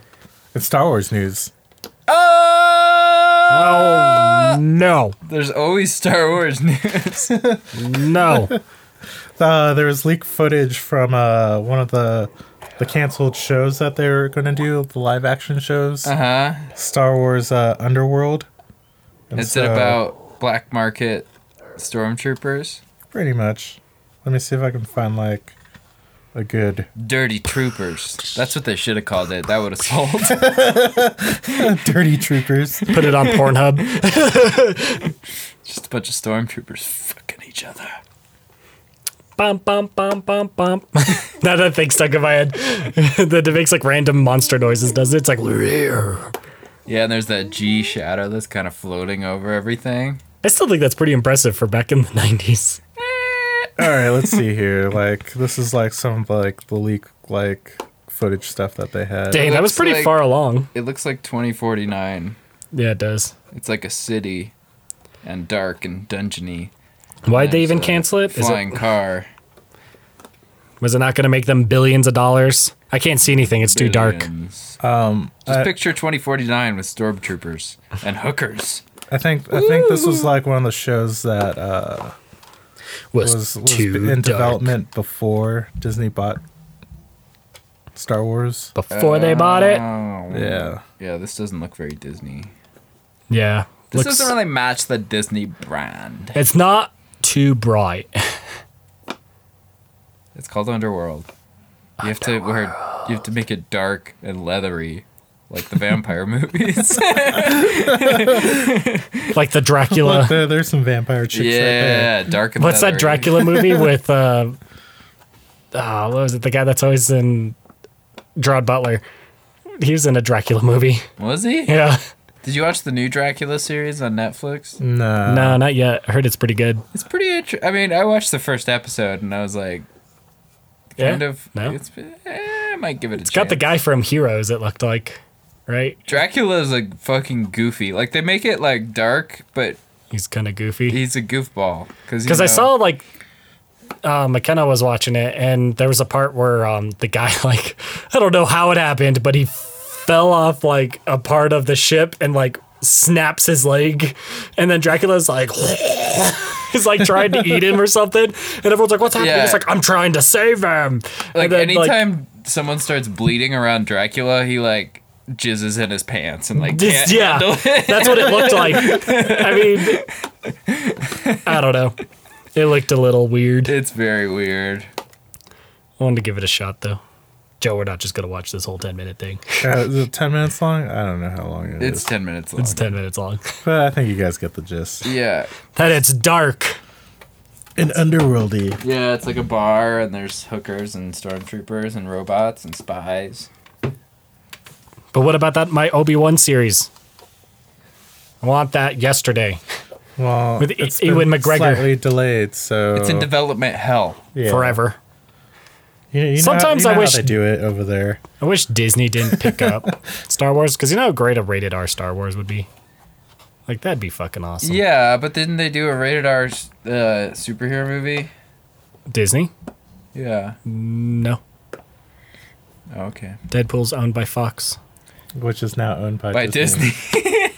S4: It's Star Wars news.
S2: Oh,
S3: Oh no,
S2: there's always Star Wars news.
S3: no!
S4: Uh, there was leaked footage from uh, one of the the canceled shows that they were going to do, the live action shows,
S2: Uh huh.
S4: Star Wars uh, Underworld. And
S2: Is it
S4: so-
S2: about black market stormtroopers?
S4: pretty much? Let me see if I can find like a good
S2: Dirty troopers. That's what they should have called it. That would have sold.
S4: Dirty Troopers.
S3: Put it on Pornhub.
S2: Just a bunch of stormtroopers fucking each other.
S3: bum bum bum bum bum. now that thing stuck in my head. that it makes like random monster noises, does it? It's like I
S2: Yeah, and there's that G shadow that's kind of floating over everything.
S3: still think that's pretty impressive for back in the nineties.
S4: All right, let's see here. Like this is like some of like the leak like footage stuff that they had.
S3: Dang, that was
S2: looks
S3: pretty
S2: like-
S3: far along.
S2: It looks like 2049.
S3: Yeah, it does.
S2: It's like a city and dark and dungeony.
S3: Why'd they
S2: There's
S3: even
S2: a
S3: cancel it? Is
S2: Flying
S3: it
S2: car.
S3: was it not gonna make them billions of dollars? I can't see anything, it's too dark. uh,
S2: Billions.
S4: Um,
S2: Just
S4: I,
S2: picture 2049 with stormtroopers and hookers.
S4: I think I think this was like one of the shows that uh,
S3: Was,
S4: was, was
S3: too
S4: in
S3: dark.
S4: development before Disney bought Star Wars.
S3: before they bought it.
S2: Oh.
S4: Yeah.
S2: Yeah, this doesn't look very Disney.
S3: Yeah.
S2: This
S3: looks-
S2: doesn't really match the Disney brand.
S3: It's not too bright.
S2: It's called Underworld. You have to wear. You have to make it dark and leathery, like the vampire movies.
S3: like the Dracula.
S4: Look, there, there's some vampire chicks right there.
S2: yeah, dark and.
S3: What's that
S2: leathery.
S3: Dracula movie with uh oh, what was it? The guy that's always in Gerard Butler. He was in a Dracula movie.
S2: Was he?
S3: Yeah.
S2: Did you watch the new Dracula series on Netflix?
S4: No.
S2: Um,
S3: no, not yet. I heard it's pretty good.
S2: It's pretty. Int- I mean, I watched the first episode and I was like,
S3: Yeah?
S2: kind of.
S3: No.
S2: It's, eh, I might give it a
S3: it's
S2: chance.
S3: got the guy from Heroes, it looked like. Right?
S2: Dracula's like fucking goofy. Like they make it like dark, but
S3: He's kinda goofy.
S2: he's a goofball. Because
S3: Because I saw like uh, McKenna was watching it and there was a part where um the guy like I don't know how it happened, but he fell off like a part of the ship and like snaps his leg and then Dracula's like He's like trying to eat him or something, and everyone's like, "What's happening?"
S2: Yeah.
S3: He's like, "I'm trying to save him."
S2: Like
S3: and then,
S2: anytime someone starts bleeding around Dracula, he like jizzes in his pants and like can't
S3: Just- yeah,
S2: handle it.
S3: that's what it looked like. I mean, I don't know. It looked a little weird.
S2: It's very weird.
S3: I wanted to give it a shot though. Joe, we're not just gonna watch this whole ten minute thing.
S4: Uh, is it ten minutes long? I don't know how long it
S2: It's
S4: is.
S2: ten minutes long.
S3: It's ten minutes long.
S4: But I think you guys get the gist.
S2: yeah,
S3: that it's dark.
S4: An underworldy.
S2: yeah. It's like a bar, and there's hookers and stormtroopers and robots and spies.
S3: But what about that my Obi Wan series? I want that yesterday
S4: Well,
S3: With E-
S4: it's been
S3: Ewan McGregor.
S4: slightly delayed, so
S2: It's in development hell.
S4: yeah.
S3: forever.
S4: You, you
S3: Sometimes
S4: know,
S3: I
S4: you know
S3: wish-
S4: how they do it over there.
S3: I wish Disney didn't pick up Star Wars because you know how great a rated R Star Wars would be. Like that'd be fucking awesome.
S2: Yeah, but didn't they do a rated R uh, superhero movie?
S3: Disney?
S2: Yeah. Oh,
S3: No.
S2: Okay.
S3: Deadpool's owned by Fox.
S4: Which is now owned by,
S2: By Disney.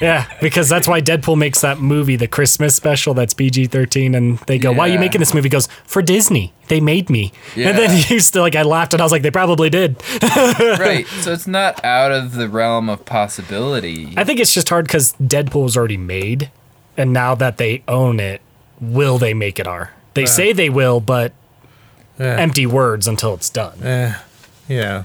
S3: Yeah, because that's why Deadpool makes that movie, the Christmas special that's PG thirteen, and they go, "Why are you
S2: Yeah.
S3: making this movie?" He goes, "For Disney, they made me." And then
S2: Yeah.
S3: he used to like, I laughed, and I was like, "They probably did."
S2: right. So it's not out of the realm of possibility.
S3: I think it's just hard because Deadpool was already made, and now that they own it, will they make it R? They say they will, but
S4: Yeah.
S3: empty words until it's done.
S4: Eh, yeah.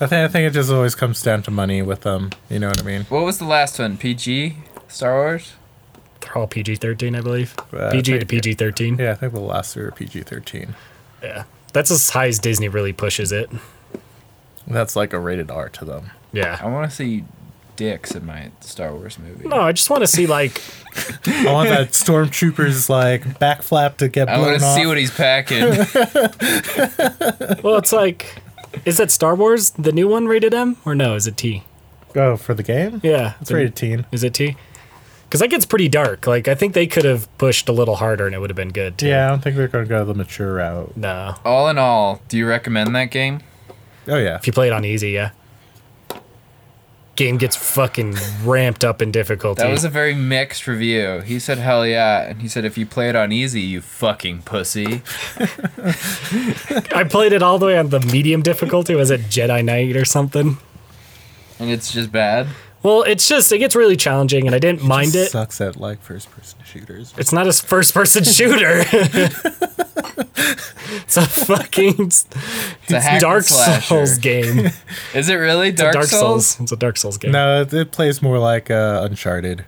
S4: I think I think it just always comes down to money with them. You know what I mean?
S2: What was the last one? PG? Star Wars?
S3: They're all PG thirteen, I believe.
S4: Uh,
S3: PG to
S4: thank
S3: PG thirteen.
S4: Yeah, I think the last three were PG thirteen.
S3: yeah, that's as high as Disney really pushes it.
S4: That's like a rated R to them.
S2: I
S3: Yeah.
S2: want to see dicks in my Star Wars movie.
S3: No, I just want to see like
S4: I want that stormtrooper's like backflap to get
S2: I
S4: blown
S2: want to
S4: off.
S2: see what he's packing.
S3: Well, it's like, is that Star Wars the new one rated M or no? Is it T?
S4: oh, for the game?
S3: Yeah,
S4: It's rated teen.
S3: Is it T? Because that gets pretty dark. Like I think they could have pushed a little harder and it would have been good. Too.
S4: Yeah, I don't think they're gonna go the mature route.
S3: No.
S2: all in all, do you recommend that game?
S4: Oh yeah.
S3: If you play it on easy, yeah. Game gets fucking ramped up in difficulty.
S2: That was a very mixed review. He said hell yeah, and he said if you play it on easy, you fucking pussy.
S3: I played it all the way on the medium difficulty. Was it Jedi Knight or something?
S2: And it's just bad.
S3: Well, it's just it gets really challenging, and I didn't mind it.
S4: Sucks at like first person shooters.
S3: It's not a first person shooter. it's a fucking
S2: It's a hack and
S3: Dark
S2: slasher.
S3: Souls game.
S2: Is it really Dark,
S3: Dark
S2: Souls?
S3: Souls? It's a Dark Souls game.
S4: No, it, it plays more like uh, Uncharted.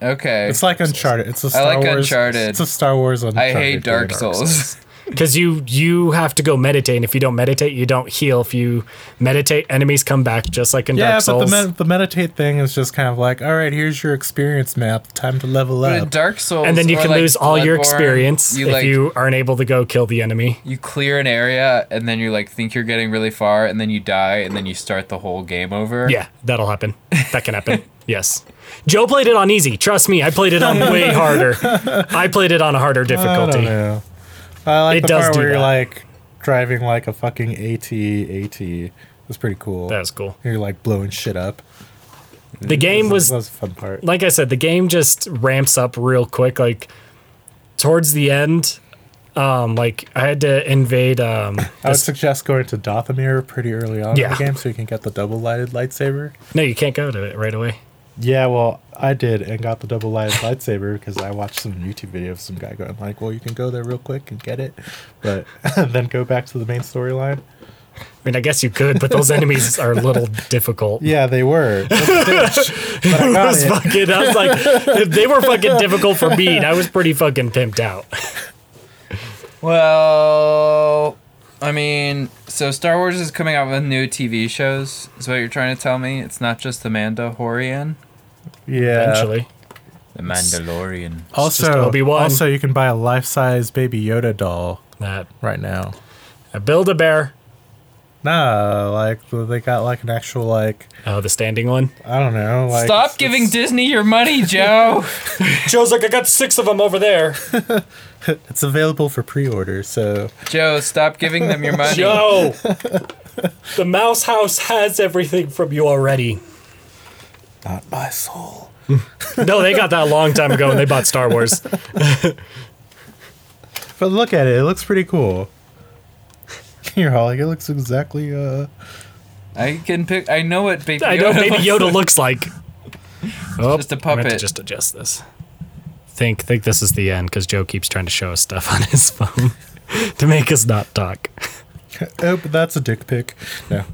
S2: Okay.
S4: It's like Uncharted. It's a Star
S2: like
S4: Wars.
S2: Uncharted.
S4: It's a Star Wars
S2: I
S4: Uncharted.
S2: hate Dark, Souls.
S3: Because you you have to go meditate, and if you don't meditate, you don't heal. If you meditate, enemies come back, just like in
S4: Yeah,
S3: Dark
S4: but
S3: Souls.
S4: the, med- the meditate thing is just kind of like, all right, here's your experience map. Time to level
S2: But in
S4: up.
S2: Dark Souls,
S3: and then you
S2: or
S3: can
S2: like
S3: lose all your
S2: Bloodborne,
S3: experience
S2: You
S3: if
S2: like
S3: you aren't able to go kill the enemy.
S2: you clear an area and then you like think you're getting really far and then you die and then you start the whole game over.
S3: Yeah, that'll happen. That can happen. yes. Joe played it on easy. Trust me, I played it on way harder. I played it on a harder
S4: I don't
S3: difficulty.
S4: know. I like
S3: It
S4: the
S3: does
S4: part
S3: do
S4: where
S3: that.
S4: you're like driving like a fucking AT AT. It was pretty cool.
S3: That was cool.
S4: you're like blowing shit up.
S3: The game was
S4: that was a fun part.
S3: like I said, the game just ramps up real quick. Like towards the end, um, like I had to invade. Um,
S4: I would suggest going to Dothamir pretty early on
S3: Yeah.
S4: in the game so you can get the double lighted lightsaber.
S3: no, you can't go to it right away.
S4: Yeah, well, I did and got the double lighted lightsaber because I watched some YouTube video of some guy going like, "Well, you can go there real quick and get it, but then go back to the main storyline."
S3: I mean, I guess you could, but those enemies are a little difficult.
S4: Yeah, they were. That's a bitch. but I
S3: It
S4: got
S3: was
S4: it.
S3: fucking, I was like, if they were fucking difficult for me, and I was pretty fucking pimped out.
S2: Well, I mean, so Star Wars is coming out with new TV shows. Is what you're trying to tell me? It's not just the Mandalorian.
S4: Yeah.
S3: Eventually,
S2: The Mandalorian.
S4: Oh,
S3: It's just
S4: Also,
S3: Obi-Wan.
S4: also, you can buy a life size Baby Yoda doll
S3: that
S4: right now.
S3: I build a bear.
S4: Nah, like they got like an actual like
S3: Oh, the standing one.
S4: I don't know. Like,
S2: Stop
S4: it's-
S2: giving Disney your money, Joe.
S3: Joe's like, I got six of them over there.
S4: It's available for pre-order, so
S2: Joe, stop giving them your money.
S3: Joe, the mouse house has everything from you already.
S4: not my soul.
S3: No, they got that a long time ago when they bought Star Wars.
S4: But look at it; it looks pretty cool. Here, Holly, it looks exactly uh.
S2: I can pick. I know what Baby
S3: I know
S2: Yoda
S3: Baby
S2: looks
S3: Yoda looks like. Oh,
S2: Just a
S3: I meant to
S2: puppet.
S3: just adjust this. think think this is the end because Joe keeps trying to show us stuff on his phone to make us not talk.
S4: Oh, but that's a dick pic. No.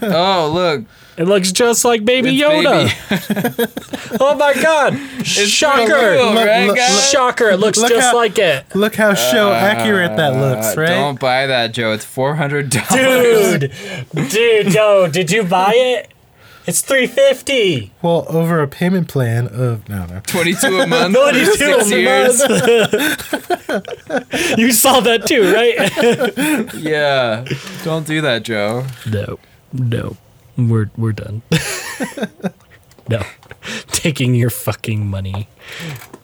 S2: Oh, look.
S3: It looks just like Baby
S2: It's
S3: Yoda. oh my God! Shocker!
S2: real, right,
S4: look,
S2: guys?
S3: Shocker! It looks
S4: Look
S3: just
S4: how-
S3: like it,
S4: Look how show accurate that looks,
S2: Uh,
S4: right?
S2: Don't buy that, Joe. It's four hundred dollars.
S3: dude. dude, yo, did you buy it? It's three fifty.
S4: Well, over a payment plan of no, no.
S2: Twenty-two a month. for
S3: Twenty two
S2: six years.
S3: you saw that too, right?
S2: Yeah. Don't do that, Joe.
S3: no, no, we're we're done. no, taking your fucking money,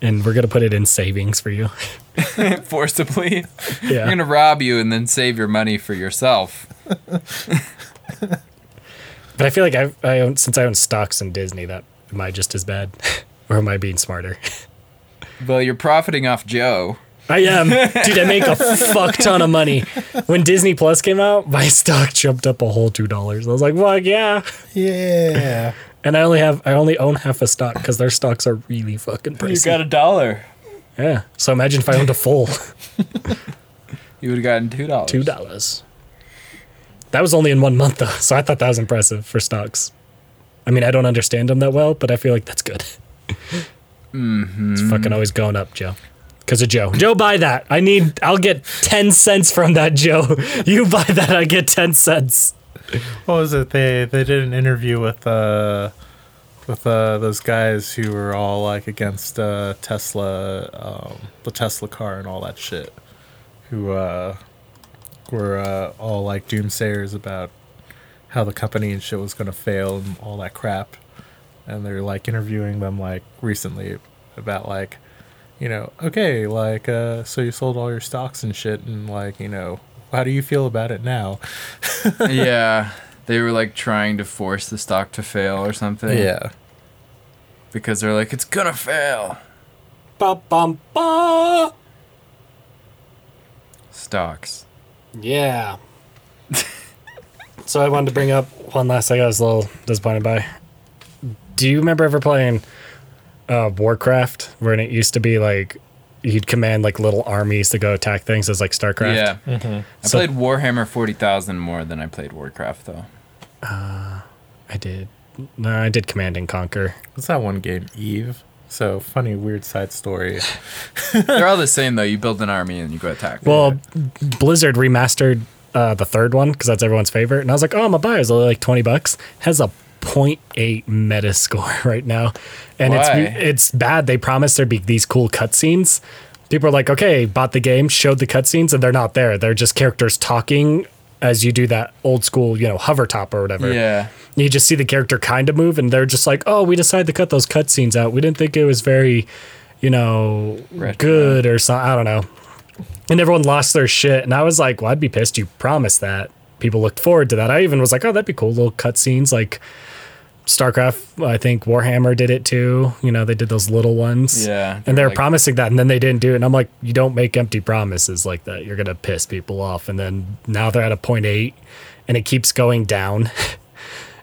S3: and we're gonna put it in savings for you.
S2: Forcibly.
S3: Yeah.
S2: We're gonna rob you and then save your money for yourself.
S3: But I feel like I've, I own since I own stocks in Disney, that am I just as bad, or am I being smarter?
S2: Well, you're profiting off Joe.
S3: I am, dude. I make a fuck ton of money. When Disney Plus came out, my stock jumped up a whole two dollars. I was like, "Fuck yeah!"
S4: Yeah.
S3: And I only have I only own half a stock because their stocks are really fucking pricey.
S2: a dollar.
S3: yeah. So imagine if I owned a full
S2: You would have gotten two dollars.
S3: two dollars. That was only in one month though, so I thought that was impressive for stocks. I mean, I don't understand them that well, but I feel like that's good. It's fucking always going up, Joe. Because of Joe. Joe, buy that. I need. I'll get ten cents from that, Joe. You buy that, I get ten cents.
S4: What was it? They they did an interview with uh with uh those guys who were all like against uh Tesla um the Tesla car and all that shit. Who uh were uh all like doomsayers about how the company and shit was gonna fail and all that crap. And they're like interviewing them like recently about like you know, okay, like uh so you sold all your stocks and shit and like, you know, how do you feel about it now?
S2: yeah. They were like trying to force the stock to fail or something. Because they're like, it's gonna fail.
S3: Ba bum ba.
S2: Stocks.
S3: Yeah. so I wanted to bring up one last thing I was a little disappointed by. Do you remember ever playing uh, Warcraft when it used to be like you'd command like little armies to go attack things as like StarCraft?
S2: Yeah. I
S3: So-
S2: played Warhammer 40,000 more than I played Warcraft, though.
S3: I did. No, I did Command and Conquer.
S4: What's that one game? Eve. So funny, weird side story.
S2: They're all the same, though. You build an army and you go attack.
S3: Well, Blizzard remastered uh, the third one because that's everyone's favorite, and I was like, "Oh, my buy is only like twenty bucks." Has a 0.8 meta score right now, and
S2: Why?
S3: it's it's bad. They promised there'd be these cool cutscenes. People are like, "Okay, bought the game, showed the cutscenes, and they're not there. They're just characters talking." As you do that old school, you know, hover top or whatever,
S2: yeah.
S3: you just see the character kind of move, and they're just like, "Oh, we decided to cut those cutscenes out. We didn't think it was very, you know,
S2: Retro.
S3: good or something. I don't know." And everyone lost their shit, and I was like, "Well, I'd be pissed. You promised that." People looked forward to that. I even was like, "Oh, that'd be cool. Little cutscenes like StarCraft. I think Warhammer did it too. You know, they did those little ones.
S2: Yeah, they
S3: and they
S2: were
S3: were
S2: like-
S3: promising that, and then they didn't do it. And I'm like, you don't make empty promises like that. You're gonna piss people off. And then now they're at a point eight, and it keeps going down.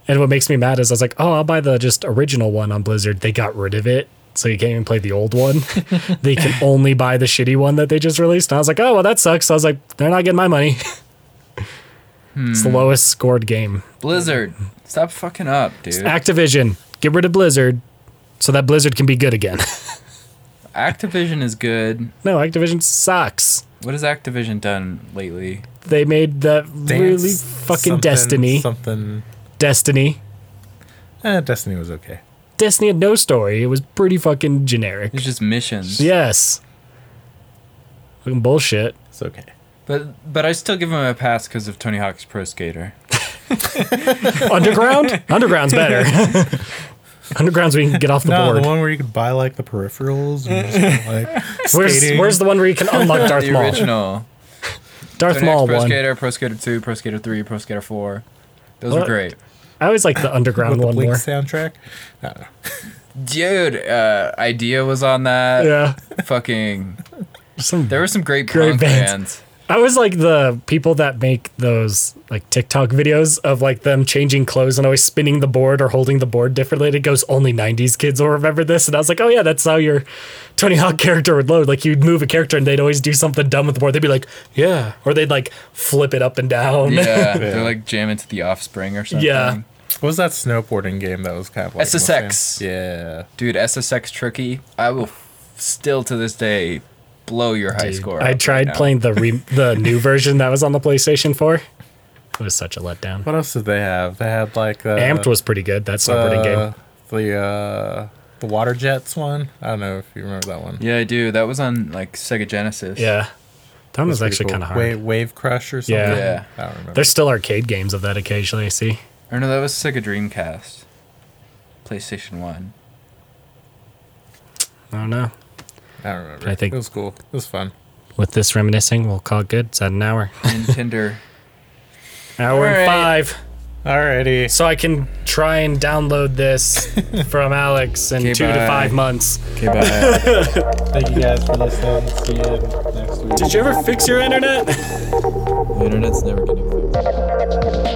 S3: And what makes me mad is I was like, oh, I'll buy the just original one on Blizzard. They got rid of it. So you can't even play the old one. they can only buy the shitty one that they just released. And I was like, oh, well, that sucks. I was like, they're not getting my money. It's the lowest scored game.
S2: Blizzard, stop fucking up, dude.
S3: Activision, get rid of Blizzard so that Blizzard can be good again.
S2: Activision is good.
S3: no, Activision sucks.
S2: What has Activision done lately?
S3: They made that really
S4: Dance
S3: fucking
S4: something-
S3: Destiny.
S4: Something.
S3: Destiny.
S4: Eh, Destiny was okay.
S3: Destiny had no story. It was pretty fucking generic.
S2: It's just missions.
S3: Yes. Fucking bullshit.
S4: It's okay.
S2: But but I still give him a pass because of Tony Hawk's Pro Skater.
S3: Underground? Underground's better. Underground's we can get off the
S4: No,
S3: board.
S4: the one where you could buy like the peripherals and just, like
S3: where's,
S4: skating.
S3: where's the one where you can unlock Darth
S2: the
S3: Maul?
S2: original.
S3: Darth
S2: Tony
S3: Maul
S2: Hawk's Pro
S3: one.
S2: Skater, Pro Skater 2, Pro Skater 3, Pro Skater 4. Those
S3: What?
S2: are great.
S3: I always like the
S4: with
S3: underground
S4: the
S3: one
S4: Blink
S3: more.
S4: soundtrack? I don't know.
S2: Dude, uh, Idea was on that.
S3: Yeah.
S2: Fucking.
S3: Some
S2: There were some great
S3: Great
S2: punk
S3: bands.
S2: bands.
S3: I was like the people that make those like TikTok videos of like them changing clothes and always spinning the board or holding the board differently. And it goes only '90s kids will remember this, and I was like, oh yeah, that's how your Tony Hawk character would load. Like you'd move a character and they'd always do something dumb with the board. They'd be like, yeah, or they'd like flip it up and down.
S2: Yeah, they're like jamming to the offspring or something.
S3: Yeah.
S4: What was that snowboarding game that was kind of like the same?
S2: SSX.
S4: Yeah.
S2: Dude, SSX Tricky, I will f- still to this day blow your high
S3: Dude,
S2: score.
S3: I
S2: up
S3: tried
S2: right now.
S3: playing the re- the new version that was on the PlayStation 4. It was such a letdown.
S2: Uh,
S4: What else did they have? They had like the
S3: Amped was pretty good. That snowboarding game.
S4: The uh, the water jets one. I don't know if you remember that one.
S2: Yeah, I do. That was on like Sega Genesis.
S3: Yeah, that one was
S4: Pretty
S3: actually
S4: cool.
S3: kind of hard.
S4: Wave, wave Crush or something.
S3: Yeah.
S2: Yeah.
S4: I don't remember.
S3: There's still arcade games of that occasionally. I see.
S2: Or no, that was Sega Dreamcast, PlayStation One.
S3: I don't know.
S4: I don't remember.
S3: I think-
S4: it was cool. It was fun.
S3: With this reminiscing, we'll call it good. It's at an hour,
S2: Nintendo.
S3: hour and
S2: Alright.
S3: five.
S4: Alrighty.
S3: So I can try and download this from Alex in
S2: Okay,
S3: two
S2: bye.
S3: to five months.
S2: okay, bye.
S4: Thank you guys for listening. See you next week.
S3: Did you ever fix your internet?
S2: the internet's never getting fixed.